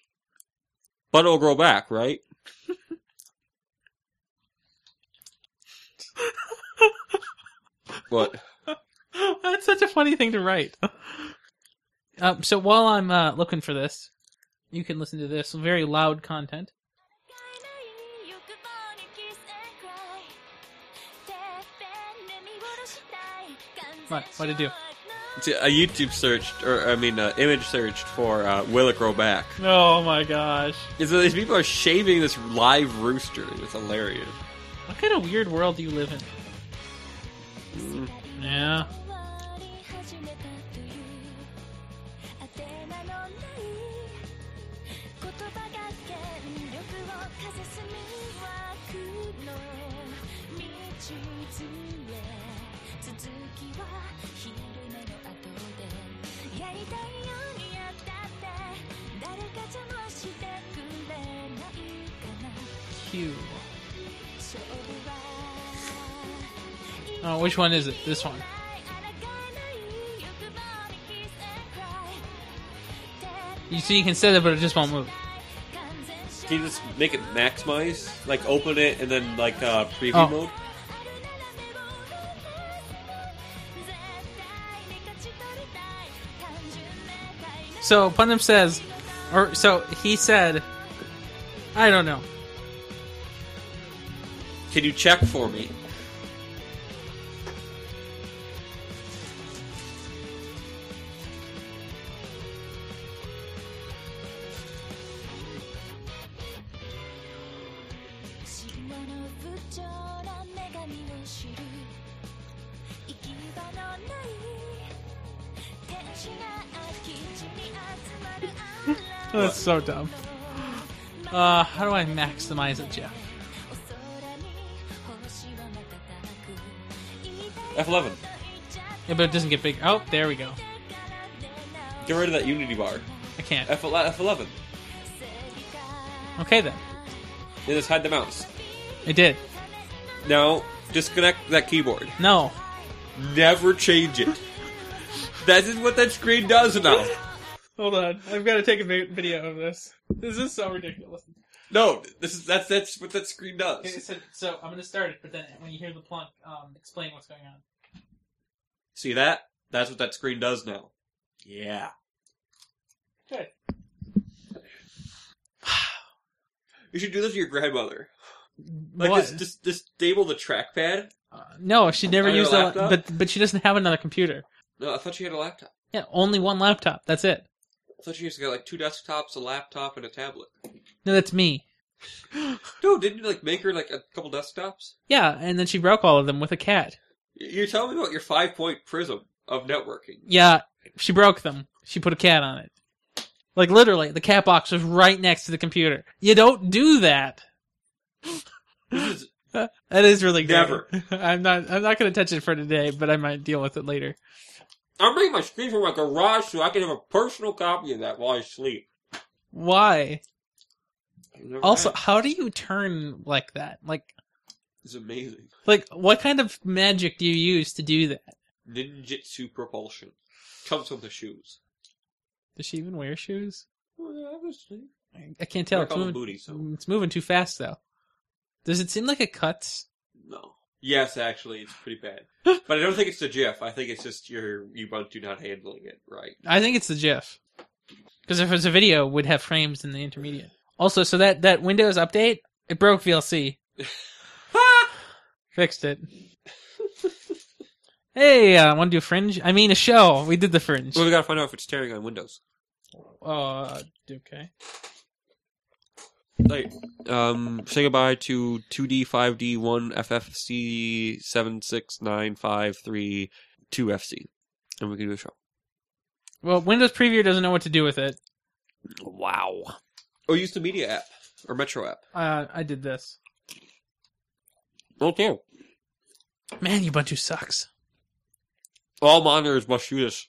C: But it'll grow back, right? what?
B: That's such a funny thing to write. Um, so while I'm uh, looking for this, you can listen to this very loud content.
G: 欲望にキス and cry てっぺんで見下ろしたい完
B: What?
G: 全
B: What did you do?
C: See, A YouTube search, or I mean, uh, image searched for uh, "Will it grow back?"
B: Oh my gosh.
C: It's, uh, these people are shaving this live rooster. It's hilarious.
B: What kind of weird world do you live in?
C: Mm.
B: Yeah.
G: 終わり始めたというあてなのない言葉が権力を風すみ枠の道杖続きは昼寝の後でやりたいようにやったって誰か邪魔してくれないかな
B: Q.
G: 勝負は
B: Oh, which one is it? This one. You see, you can set it, but it just won't move.
C: Can you just make it maximize? Like open it and then like uh, preview
B: Oh.
C: mode?
B: So Putnam says, or so he said, I don't know.
C: Can you check for me?
B: That's so dumb. Uh, how do I maximize it, Jeff?
C: F11.
B: Yeah, but it doesn't get big. Oh, there we go.
C: Get rid of that Unity bar.
B: I can't.
C: F F11.
B: Okay then.
C: And just hide the mouse.
B: It did.
C: Now disconnect that keyboard.
B: No.
C: Never change it. that is what that screen does now.
B: Hold on. I've got to take a vi- video of this. This is so ridiculous.
C: No, this is that's that's what that screen
B: Okay,
C: does.
B: so, so I'm gonna start it, but then when you hear the plunk, um, explain what's going on.
C: See that? That's what that screen does now. Yeah.
B: Good.
C: You should do this to your grandmother. Like
B: What?
C: just, just just stable the trackpad.
B: Uh, no, she never
C: On your
B: used a
C: laptop?
B: but but she doesn't have another computer.
C: No, I thought she had a laptop.
B: Yeah, only one laptop. That's it.
C: I thought she used to get like two desktops, a laptop, and a tablet.
B: No, that's me.
C: No, didn't you like make her like a couple desktops?
B: Yeah, and then she broke all of them with a cat.
C: Y- You're telling me about your five point prism of networking.
B: Yeah, she broke them. She put a cat on it. Like literally, the cat box was right next to the computer. You don't do that.
C: This is
B: That is really great.
C: Never.
B: I'm not. I'm not going to touch it for today, but I might deal with it later.
C: I'm bringing my screen from my garage so I can have a personal copy of that while I sleep.
B: Why?
C: I've never
B: Also,
C: had it.
B: how do you turn like that? Like,
C: it's amazing.
B: like what kind of magic do you use to do that?
C: Ninjutsu propulsion comes with the shoes.
B: Does she even wear shoes?
C: Well, yeah, obviously.
B: I, I can't tell.
C: They're
B: It's
C: called
B: moving,
C: booties, so-
B: it's moving too fast though. Does it seem like it cuts?
C: No. Yes, actually, it's pretty bad. but I don't think it's the GIF. I think it's just your Ubuntu not handling it right.
B: I think it's the GIF. Because if it's a video, it would have frames in the intermediate. Also, so that that Windows update it broke VLC. Fixed it. hey, uh, want to do Fringe? I mean, a show. We did the Fringe.
C: Well, we gotta find out if it's tearing on Windows.
B: Uh, okay.
C: Like, um, say goodbye to 2D, 5D, 1FFC, 76953, 2FC. And we can do a show.
B: Well, Windows Preview doesn't know what to do with it.
C: Wow. Or Oh, use the Media app. Or Metro app.
B: Uh, I did this.
C: Okay.
B: Man, Ubuntu sucks.
C: All monitors must use this.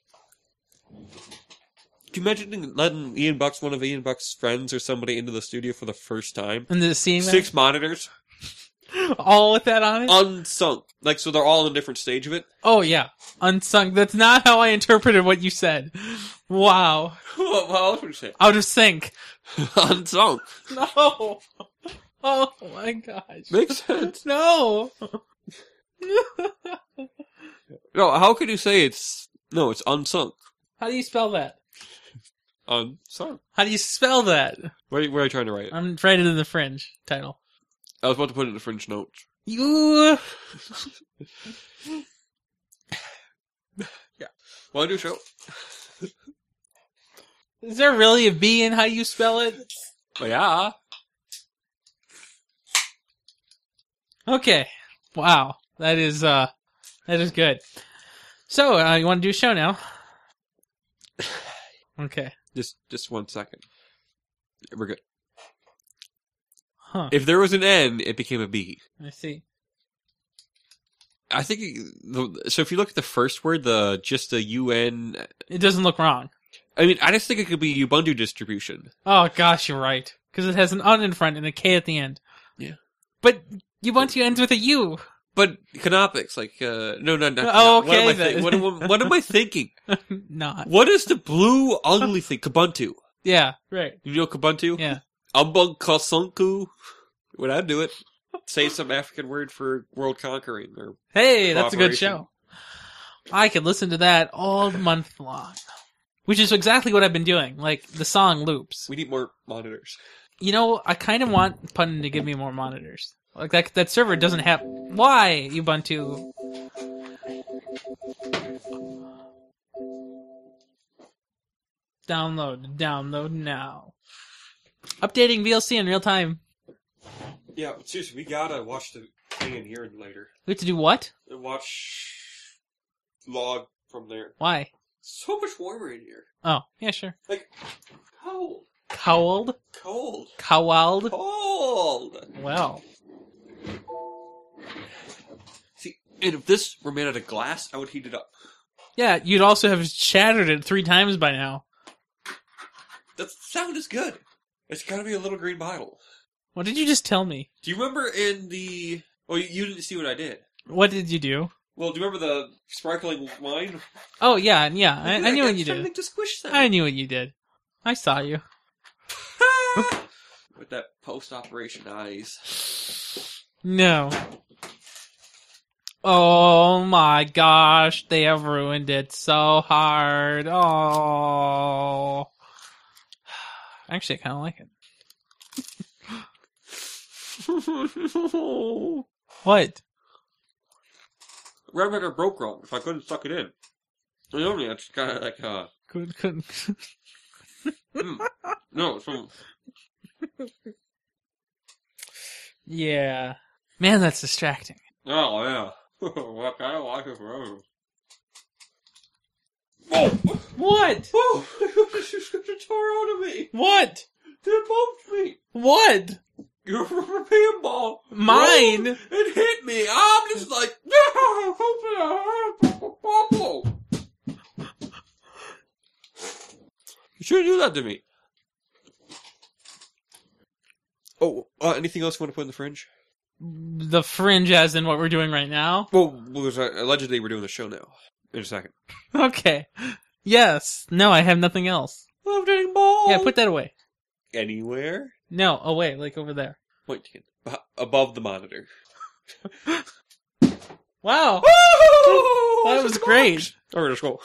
C: you imagine letting Ian Buck's one of Ian Buck's friends or somebody into the studio for the first time?
B: And the seeing
C: Six monitors,
B: that? all with that on it.
C: unsunk. Like so, they're all in a different stage of it.
B: oh yeah, unsung. That's not how I interpreted what you said. Wow,
C: what, what else would you say?
B: out of sync.
C: unsunk
B: No. Oh my gosh.
C: makes sense.
B: No.
C: No, how could you say it's no? It's unsunk.
B: How do you spell that?
C: Unsunk.
B: How do you spell that?
C: Where, where are you trying to write it?
B: I'm writing it in the fringe title.
C: I was about to put it in the French notes.
B: You.
C: Want to do a show?
B: Is there really a B in how you spell it?
C: Oh, yeah.
B: Okay. Wow. That is uh that is good. So, uh you want to do a show now? Okay.
C: Just just one second. We're good.
B: Huh.
C: If there was an N, it became a B.
B: I see.
C: I think the, so. If you look at the first word, the just the UN.
B: It doesn't look wrong.
C: I mean, I just think it could be Ubuntu distribution.
B: Oh gosh, you're right. Because it has an un in front and a K at the end.
C: Yeah.
B: But Ubuntu ends with a U.
C: But Canopics, like, uh, no, no, no.
B: Oh,
C: What am I,
B: okay, then.
C: thi- what, am, what am I thinking?
B: Not.
C: What is the blue, ugly thing? Kubuntu.
B: Yeah, right.
C: You know Kubuntu?
B: Yeah.
C: Umbung Kasunku. Would I do it? Say some African word for world conquering or
B: Hey, that's a good
C: Cooperation.
B: show. I could listen to that all month long. Which is exactly what I've been doing. Like the song loops.
C: we need more monitors.
B: You know, I kind of want Putnam to give me more monitors. Like that that server doesn't have why Ubuntu. Download, download now. Updating VLC in real time.
C: Yeah, but seriously, we gotta watch the thing in here later.
B: We have to do what?
C: Watch log from there.
B: Why?
C: So much warmer in here.
B: Oh, yeah, sure.
C: Like cold,
B: Cowled,
C: cold,
B: cowled.
C: cold.
B: Well,
C: See, and if this were made out of glass, I would heat it up.
B: yeah, you'd also have shattered it three times by now.
C: The sound is good. It's gotta be a little green bottle.
B: What did you just tell me?
C: Do you remember in the? Oh, you- you didn't see what I did.
B: What did you do?
C: Well, do you remember the sparkling wine?
B: Oh yeah, yeah, I, I knew what you
C: tried to
B: did.
C: make the squish sound.
B: I knew what you did. I saw you.
C: Ah! With that post-operation eyes.
B: No. Oh my gosh, they have ruined it so hard. Oh. Actually, I kind of like it. What?
C: Red Rider broke wrong. If I couldn't suck it in, I only it's kind of like uh
B: Couldn't, couldn't.
C: mm. no. It's from
B: yeah. Man, that's distracting.
C: oh yeah. I kind of like it forever. Oh,
B: What?
C: oh! you stripped the tore out of me.
B: What?
C: They bumped me.
B: What?
C: You're a pinball.
B: Mine?
C: Rolled It hit me. I'm just like, no, open a bubble. You shouldn't do that to me. Oh, uh, anything else you want to put in the fringe?
B: The fringe, as in what we're doing right now?
C: Well, there's, uh, allegedly we're doing the show now. In a second.
B: Okay. Yes. No, I have nothing else.
C: I'm getting bald.
B: Yeah, put that away.
C: anywhere.
B: No, away, like over there.
C: Point taken. Beh- Above the monitor.
B: Wow.
C: that
B: That was great.
C: All right, let's go.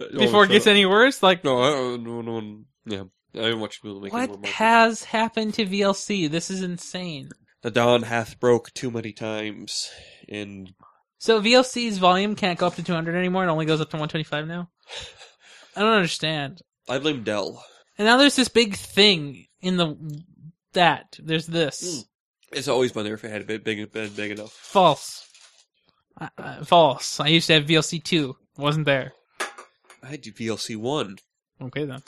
C: Uh,
B: Before it gets
C: so-
B: any worse, like
C: No, I don't, no, no, one- yeah. I didn't watch people make any more
B: What
C: money.
B: has happened to VLC? This is insane.
C: the dawn hath broke too many times, and
B: So VLC's volume can't go up to 200 anymore. It only goes up to 125 now. I don't understand.
C: I blame Dell.
B: And now there's this big thing in the that there's this
C: Mm. It's always been there if it had been big, been big enough.
B: false, I, I, false. I used to have VLC two. Wasn't there?
C: I had VLC one.
B: Okay then.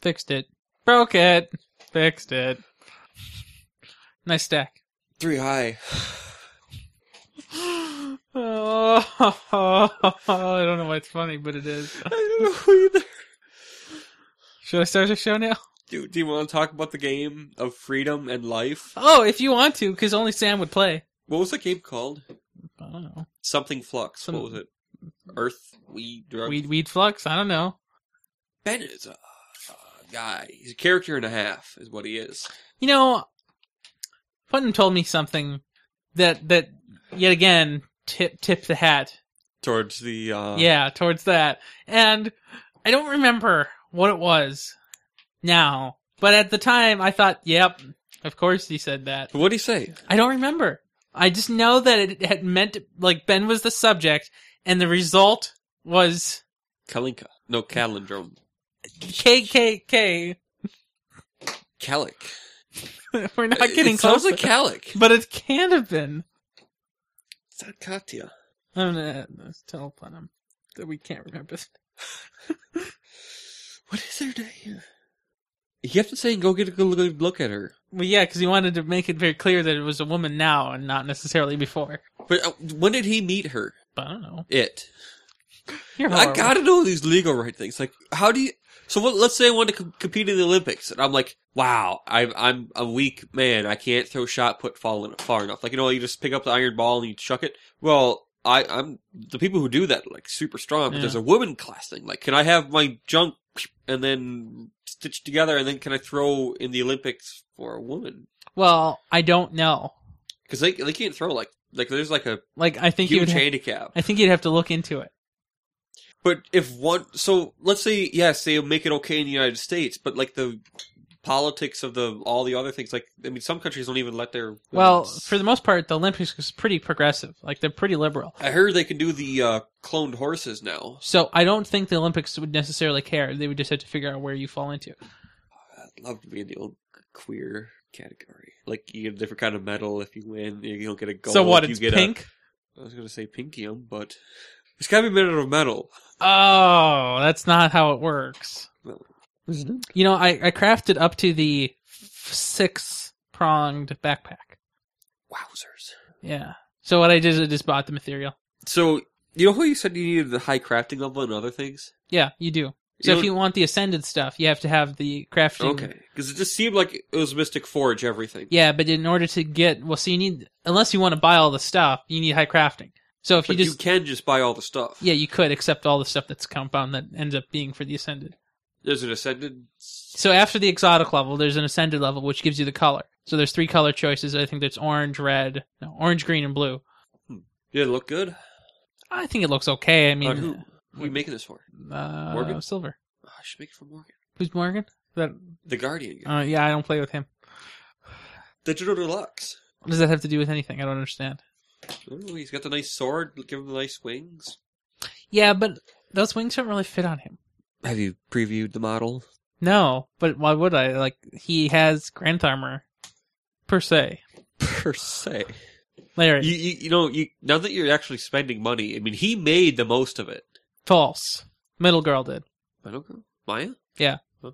B: Fixed it. Broke it. Fixed it. Nice stack.
C: Three high.
B: oh, I don't know why it's funny, but it is.
C: I don't know either.
B: Should I start the show now?
C: Do, do you want to talk about the game of freedom and life?
B: Oh, if you want to, because only Sam would play.
C: What was the game called?
B: I don't know.
C: Something Flux.
B: Some-
C: What was it? Earth Weed Drug.
B: Weed, weed flux. I don't know.
C: Ben is a, a guy. He's a character and a half, is what he is.
B: You know, Putnam told me something that that yet again tip tip the hat.
C: Towards the uh,
B: yeah, towards that, and I don't remember what it was now, but at the time I thought, yep, of course he said that.
C: What do you say?
B: I don't remember. I just know that it had meant like Ben was the subject, and the result was
C: Kalinka. No, Calendrum.
B: KKK.
C: Calic.
B: We're not getting
C: it
B: close,
C: sounds like Calic.
B: but it can have been. Oh,
C: It's not Katya.
B: I'm gonna tell Plenum that we can't remember.
C: What is her name? He kept saying, go get a good good look at her.
B: Well, yeah, because he wanted to make it very clear that it was a woman now and not necessarily before.
C: But uh, when did he meet her?
B: But I don't know.
C: It.
B: You're
C: I
B: horrible.
C: gotta know these legal right things. Like, how do you? So, what, let's say I want to com- compete in the Olympics, and I'm like, wow, I'm I'm a weak man. I can't throw shot put far, en- far enough. Like, you know, you just pick up the iron ball and you chuck it. Well, I I'm the people who do that are, like super strong. But
B: Yeah.
C: there's a woman class thing. Like, can I have my junk and then stitched together, and then can I throw in the Olympics for a woman?
B: Well, I don't know.
C: Because they they can't throw like like there's like a
B: Like I think you would.
C: huge
B: Ha-
C: handicap.
B: I think you'd have to look into it.
C: But if one, so let's say yes, they make it okay in the United States, but like the politics of the all the other things, like I mean, some countries don't even let their
B: Well,
C: women's-
B: for the most part, the Olympics was pretty progressive. Like they're pretty liberal.
C: I heard they can do the uh, cloned horses now.
B: So I don't think the Olympics would necessarily care. They would just have to figure out where you fall into.
C: I'd love to be in the old queer category. Like you get a different kind of medal if you win. You don't get a gold.
B: so what?
C: You
B: It's
C: get a-
B: pink.
C: I was gonna say pinkium, but it's gotta be made out of metal.
B: Oh, that's not how it works.
C: Well,
B: You know, I, I crafted up to the six pronged backpack.
C: Wowzers!
B: Yeah. So what I did is I just bought the material.
C: So you know how you said you needed the high crafting level and other things.
B: Yeah, you do. So if
C: don't-
B: you want the ascended stuff, you have to have the crafting.
C: Okay, because it just seemed like it was Mystic Forge everything.
B: Yeah, but in order to get well, so you need unless you want to buy all the stuff, you need high crafting. So if
C: but
B: you
C: you,
B: just
C: can just buy all the stuff.
B: yeah, you could accept all the stuff that's compound that ends up being for the ascended.
C: There's an ascended.
B: So after the exotic level, there's an ascended level which gives you the color. So there's three color choices. I think there's orange, red, no, orange, green, and blue.
C: Did it look good?
B: I think it looks okay. I
C: Uh, who?
B: mean,
C: Who are you making this for?
B: uh,
C: Morgan?
B: silver.
C: Oh, I should make it for Morgan.
B: Who's Morgan? That
C: The Guardian. guy.
B: uh, yeah, I don't play with him.
C: Digital Deluxe.
B: What does that have to do with anything? I don't understand.
C: Ooh, he's got the nice sword. Give him the nice wings.
B: Yeah, but those wings don't really fit on him.
C: Have you previewed the model?
B: No, but why would I? Like he has Grand Armor, per se.
C: Per se.
B: Larry,
C: You, you, you know, you now that you're actually spending money, I mean, he made the most of it.
B: false. Middle girl did.
C: I don't know. Maya?
B: Yeah.
C: Huh.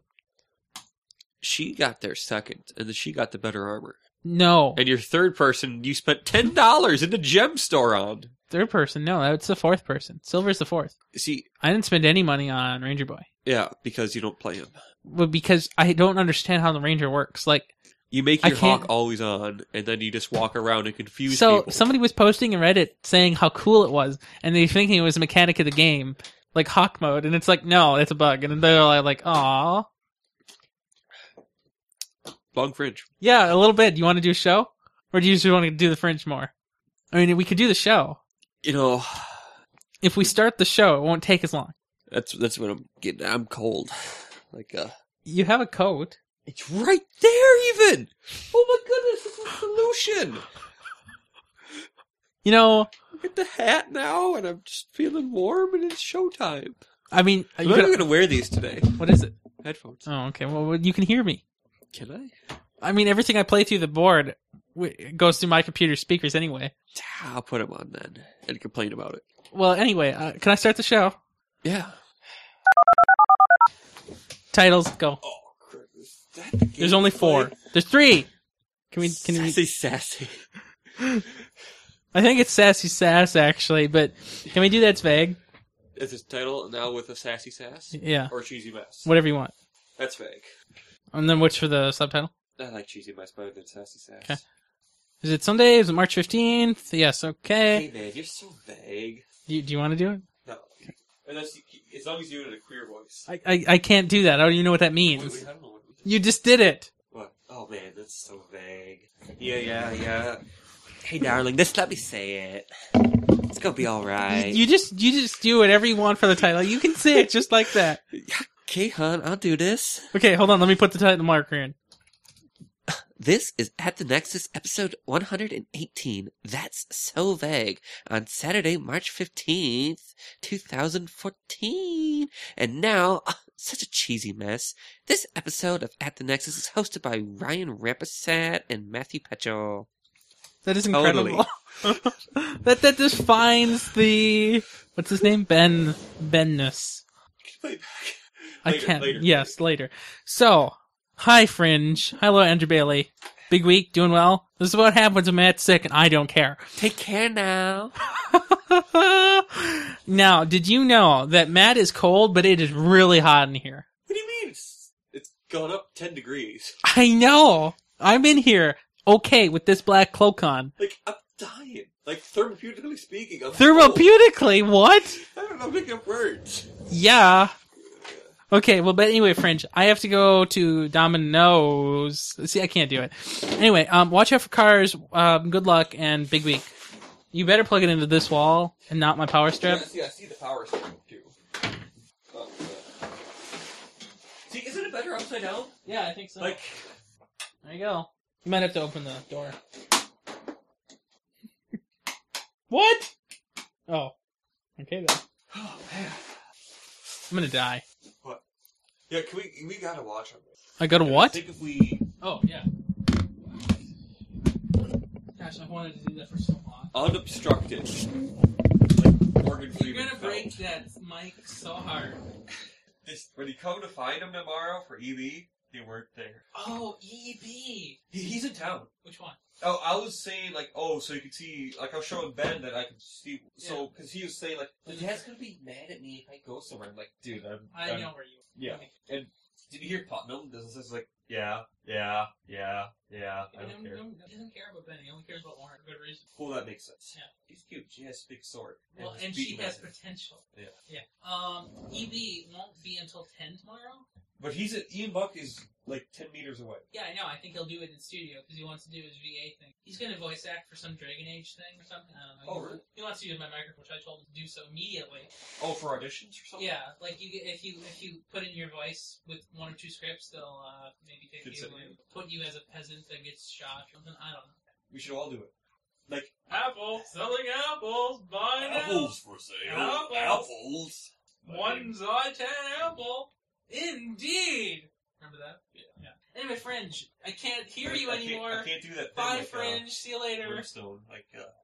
C: She got there second, and then she got the better armor.
B: No,
C: And your third person, you spent $10 in the gem store on.
B: third person. No, that's the fourth person. Silver's the fourth.
C: See,
B: I didn't spend any money on Ranger Boy,
C: Yeah, because you don't play him.
B: well, because I don't understand how the Ranger works. Like,
C: You make
B: I
C: your hawk
B: can't-
C: always on, and then you just walk around and confuse
B: so
C: people.
B: somebody was posting in Reddit saying how cool it was, and they were thinking it was a mechanic of the game, like hawk mode, and it's like no, it's a bug, and they're all like, "Aw,
C: Bung fringe.
B: yeah, a little bit." You want to do a show, or do you just want to do the fringe more? I mean, we could do the show.
C: You know,
B: If we start the show, it won't take as long.
C: that's that's what I'm getting. I'm cold. Like, uh,
B: You have a coat.
C: it's right there, even. Oh my goodness, this is a solution.
B: You know,
C: I get the hat now, and I'm just feeling warm, and it's showtime.
B: I mean,
C: I'm
B: you
C: not
B: could-
C: gonna wear these today.
B: what is it?
C: Headphones.
B: Oh, okay. Well, you can hear me.
C: Can I?
B: I mean, everything I play through the board w- goes through my computer speakers anyway.
C: Yeah, I'll put them on then and complain about it.
B: Well, anyway, uh, can I start the show?
C: Yeah.
B: Titles go.
C: Oh, crap. Is that the game
B: There's only
C: play?
B: four. There's three. Can we? Can we?
C: sassy, sassy.
B: I think it's sassy sass actually, but can we do that's vague?
C: Is his title now with a sassy sass?
B: Yeah,
C: Or cheesy mess.
B: whatever you want.
C: That's fake.
B: And then what's for the subtitle?
C: I like cheesy mice better than sassy sass.
B: Okay. Is it Sunday? Is it March 15th? Yes, okay.
C: Hey man, you're so vague.
B: Do you, do you want to do it?
C: No. Unless you, as long as you do it in a queer voice.
B: I, I, I can't do that. I don't even know what that
C: Wait,
B: means.
C: wait, I don't know what we did.
B: You just did it.
C: What? Oh man, that's so vague. Yeah, yeah, yeah. Hey darling, just let me say it. It's gonna be alright.
B: You just you just do whatever you want for the title. You can say it just like that.
C: Okay, hon, I'll do this.
B: Okay, hold on. Let me put the title marker in.
C: This is At the Nexus, episode 118. That's so vague. On Saturday, March 15th, 2014. And now, ah, such a cheesy mess. This episode of At the Nexus is hosted by Ryan Rampersat and Matthew Petchel.
B: That is
C: Totally.
B: incredible. that that defines the what's his name Ben Benness. I can't. yes, later. So, hi Fringe. Hello, Andrew Bailey. Big week, doing well. This is what happens when Matt's sick, and I don't care.
C: Take care now.
B: now, did you know that Matt is cold, but it is really hot in here?
C: What do you mean? It's, it's gone up 10 degrees.
B: I know. I'm in here. Okay, with this black cloak on.
C: Like, I'm dying. Like, therapeutically speaking, I'm
B: Therapeutically, what?
C: I don't know, I'm making up words.
B: Yeah. Okay, well, but anyway, Fringe, I have to go to Domino's. See, I can't do it. Anyway, um, watch out for cars. Um, good luck and big week. You better plug it into this wall and not my power strip.
C: see, I see the power stone too. uh, see, isn't it better upside down?
B: Yeah, I think so.
C: Like,
B: there you go. You might have to open the door. what? Oh. Okay then.
C: oh man.
B: I'm gonna die.
C: Yeah, can we we gotta watch them.
B: I gotta
C: I
B: what?
C: think if we
B: Oh yeah. Gosh, I wanted to do that for so long.
C: unobstructed, like Morgan
B: You're
C: Freeman,
B: gonna
C: fell.
B: break that mic so hard.
C: This, when you come to find him tomorrow for EB, they weren't there.
B: Oh, EB.
C: He, he's in town.
B: Which one?
C: Oh, I was saying like, oh, so you could see, like I was showing Ben that I could see, so because he was saying like, the dad's gonna be mad at me if I go somewhere. I'm like, dude, I'm,
B: I
C: I'm-
B: know where you.
C: Yeah. And did you hear Putnam? This is like, yeah, yeah, yeah, yeah. I don't care.
B: He doesn't care about Benny. He only cares about Lauren for good reason.
C: Well, that makes sense.
B: Yeah.
C: He's cute. She has a big sword.
B: Well,
C: this
B: and
C: big
B: she has
C: massive-
B: potential.
C: Yeah.
B: Yeah. Um, EB won't be until ten tomorrow.
C: But he's a, Ian Buck is like ten meters away.
B: Yeah, I know. I think he'll do it in studio because he wants to do his VA thing. He's going to voice act for some Dragon Age thing or something. I don't know.
C: Oh,
B: He-
C: really?
B: He wants to use my microphone, which I told him to do so immediately.
C: Oh, for auditions or something.
B: Yeah, like you, get- if you if you put in your voice with one or two scripts, they'll uh, maybe take
C: Consider
B: you
C: you.
B: and put you as a peasant that gets shot or something. I don't know.
C: We should all do it. Like
B: Apple selling apples, buy
C: for sale.
B: Apples.
C: Apples.
B: on ten apple. Indeed. Remember that? Yeah. yeah. Anyway, Fringe, I can't hear
C: Like,
B: you
C: I can't-
B: anymore.
C: I can't do that. Thing
B: Bye,
C: like,
B: Fringe. See you
C: Uh,
B: later.
C: Brimstone, like uh,